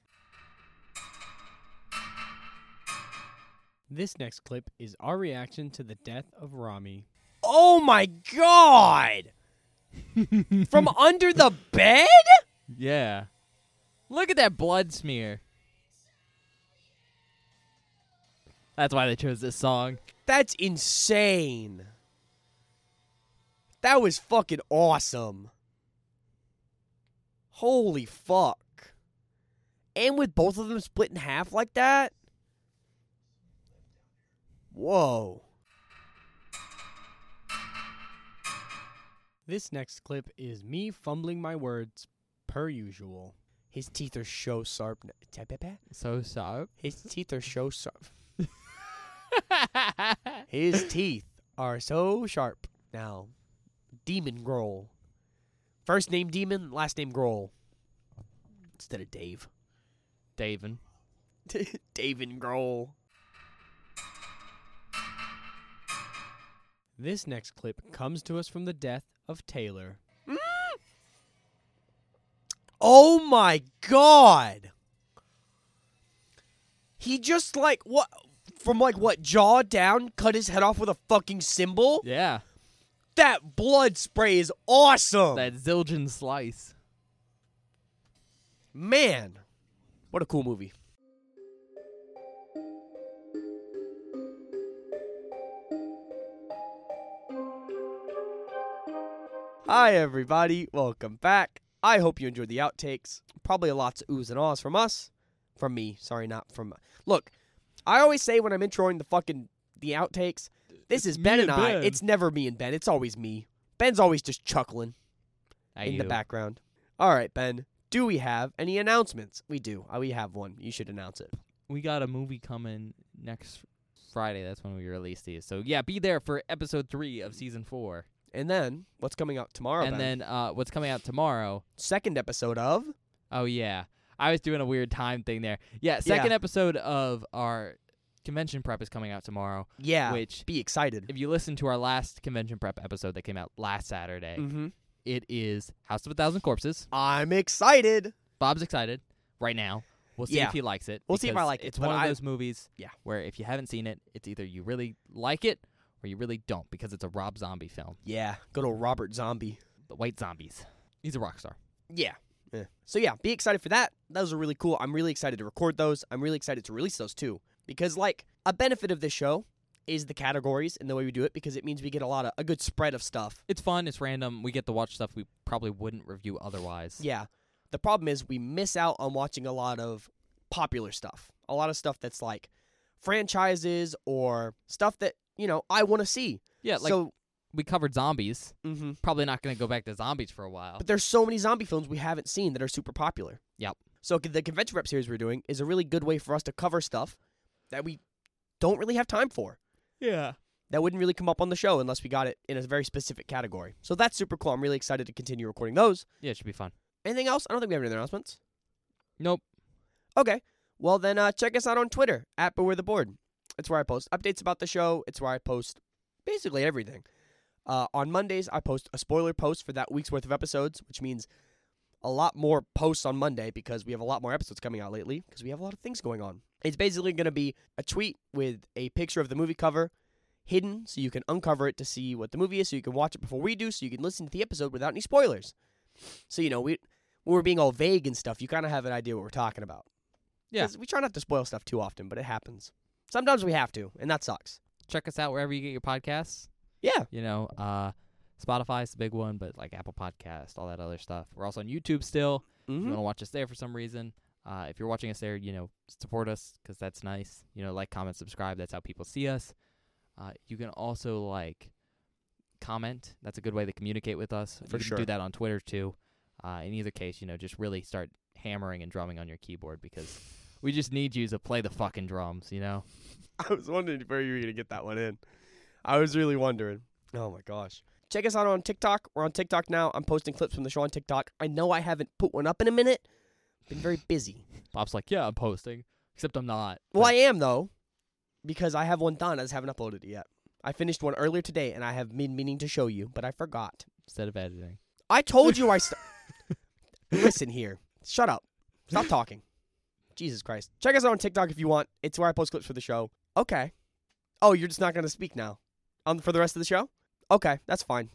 [SPEAKER 3] This next clip is our reaction to the death of Rami.
[SPEAKER 1] Oh my
[SPEAKER 3] *laughs*
[SPEAKER 1] god! From under the bed?
[SPEAKER 2] Yeah. Look at that blood smear. That's why they chose this song.
[SPEAKER 1] That's insane. That was fucking awesome. Holy fuck. And with both of them split in half like that? Whoa.
[SPEAKER 3] This next clip is me fumbling my words per usual.
[SPEAKER 1] His teeth are so sharp.
[SPEAKER 2] So *laughs* sharp.
[SPEAKER 1] His teeth are so sharp. His teeth are so sharp. Now, Demon Grohl. First name Demon, last name Grohl. Instead of Dave. *laughs*
[SPEAKER 2] Davin.
[SPEAKER 1] Dave and Grohl.
[SPEAKER 3] This next clip comes to us from the death of Taylor.
[SPEAKER 1] *gasps* Oh my god. He just like what from like what jaw down cut his head off with a fucking symbol?
[SPEAKER 2] Yeah.
[SPEAKER 1] That blood spray is awesome.
[SPEAKER 2] That Zildjian slice.
[SPEAKER 1] Man. What a cool movie. Hi everybody, welcome back. I hope you enjoyed the outtakes. Probably a lot of oohs and ahs from us. From me, sorry, not from Look, I always say when I'm introing the fucking the outtakes, this is
[SPEAKER 2] me
[SPEAKER 1] Ben and
[SPEAKER 2] and
[SPEAKER 1] I.
[SPEAKER 2] Ben.
[SPEAKER 1] It's never me and Ben, it's always me. Ben's always just chuckling
[SPEAKER 2] At
[SPEAKER 1] in the
[SPEAKER 2] you.
[SPEAKER 1] background. All right, Ben. Do we have any announcements? We do. Uh, We have one. You should announce it.
[SPEAKER 2] We got a movie coming next Friday. That's when we release these. So yeah, be there for episode three of season four.
[SPEAKER 1] And then what's coming out tomorrow?
[SPEAKER 2] and
[SPEAKER 1] ben?
[SPEAKER 2] then uh, what's coming out tomorrow?
[SPEAKER 1] second episode of
[SPEAKER 2] Oh yeah, I was doing a weird time thing there. Yeah, second episode of our convention prep is coming out tomorrow.
[SPEAKER 1] yeah.
[SPEAKER 2] Which,
[SPEAKER 1] Be excited.
[SPEAKER 2] if you listen to our last convention prep episode that came out last Saturday,
[SPEAKER 1] Mm-hmm.
[SPEAKER 2] it is House of a Thousand Corpses.
[SPEAKER 1] I'm excited.
[SPEAKER 2] Bob's excited right now. We'll see
[SPEAKER 1] Yeah.
[SPEAKER 2] if he likes it.
[SPEAKER 1] We'll see if I
[SPEAKER 2] because
[SPEAKER 1] like it,
[SPEAKER 2] It's
[SPEAKER 1] but
[SPEAKER 2] one of
[SPEAKER 1] I-
[SPEAKER 2] those movies
[SPEAKER 1] Yeah.
[SPEAKER 2] where if you haven't seen it, it's either you really like it or you really don't because it's a Rob Zombie film.
[SPEAKER 1] Yeah. Good old Robert Zombie.
[SPEAKER 2] The White Zombies. He's a rock star.
[SPEAKER 1] Yeah. So yeah, be excited for that. Those are really cool. I'm really excited to record those. I'm really excited to release those too. Because like a benefit of this show is the categories and the way we do it because it means we get a lot of a good spread of stuff.
[SPEAKER 2] It's fun. It's random. We get to watch stuff we probably wouldn't review otherwise.
[SPEAKER 1] Yeah. The problem is we miss out on watching a lot of popular stuff. A lot of stuff that's like franchises or stuff that, you know, I want to see.
[SPEAKER 2] Yeah, like mm-hmm.
[SPEAKER 1] so,
[SPEAKER 2] we covered zombies.
[SPEAKER 1] mhm.
[SPEAKER 2] Probably not going to go back to zombies for a while.
[SPEAKER 1] but there's so many zombie films we haven't seen that are super popular.
[SPEAKER 2] Yep.
[SPEAKER 1] So c- the convention rep series we're doing is a really good way for us to cover stuff that we don't really have time for.
[SPEAKER 2] Yeah.
[SPEAKER 1] That wouldn't really come up on the show unless we got it in a very specific category. So that's super cool. I'm really excited to continue recording those.
[SPEAKER 2] Yeah, it should be fun.
[SPEAKER 1] Anything else? I don't think we have any other announcements.
[SPEAKER 2] Nope.
[SPEAKER 1] Okay. Well, then uh, check us out on Twitter at But We're the Board. It's where I post updates about the show. It's where I post basically everything. Uh, on Mondays, I post a spoiler post for that week's worth of episodes, which means a lot more posts on Monday because we have a lot more episodes coming out lately because we have a lot of things going on. It's basically going to be a tweet with a picture of the movie cover hidden so you can uncover it to see what the movie is, so you can watch it before we do, so you can listen to the episode without any spoilers. So, you know, we, when we're being all vague and stuff, you kind of have an idea what we're talking about.
[SPEAKER 2] Yeah.
[SPEAKER 1] 'Cause We try not to spoil stuff too often, but it happens. Sometimes we have to, and that sucks.
[SPEAKER 2] Check us out wherever you get your podcasts.
[SPEAKER 1] Yeah.
[SPEAKER 2] You know, uh, Spotify's the big one, but like Apple Podcast, all that other stuff. We're also on YouTube still. If you
[SPEAKER 1] hmm
[SPEAKER 2] want to watch us there for some reason, uh, if you're watching us there, you know, support us 'cause that's nice. You know, like, comment, subscribe. That's how people see us. Uh, you can also like comment. That's a good way to communicate with us.
[SPEAKER 1] For
[SPEAKER 2] you
[SPEAKER 1] sure.
[SPEAKER 2] can do that on Twitter too. Uh, in either case, you know, just really start hammering and drumming on your keyboard because we just need you to play the fucking drums, you know?
[SPEAKER 1] *laughs* I was wondering where you were gonna get that one in. I was really wondering. Oh my gosh. Check us out on TikTok. We're on TikTok now. I'm posting clips from the show on TikTok. I know I haven't put one up in a minute. Been very busy.
[SPEAKER 2] Pop's like, yeah, I'm posting, except I'm not.
[SPEAKER 1] Well, I
[SPEAKER 2] But
[SPEAKER 1] am though, because I have one done. I just haven't uploaded it yet. I finished one earlier today, and I have been meaning to show you, but I forgot.
[SPEAKER 2] instead of editing.
[SPEAKER 1] I told you I. St- Listen here. Shut up. Stop talking. Jesus Christ. Check us out on TikTok if you want. It's where I post clips for the show. Okay. Oh, you're just not going to speak now on for the rest of the show? Okay, that's fine.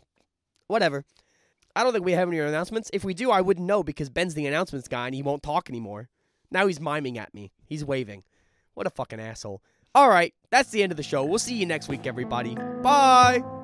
[SPEAKER 1] Whatever. I don't think we have any announcements. If we do, I wouldn't know because Ben's the announcements guy and he won't talk anymore. Now he's miming at me. He's waving. What a fucking asshole. All right, that's the end of the show. We'll see you next week, everybody. Bye.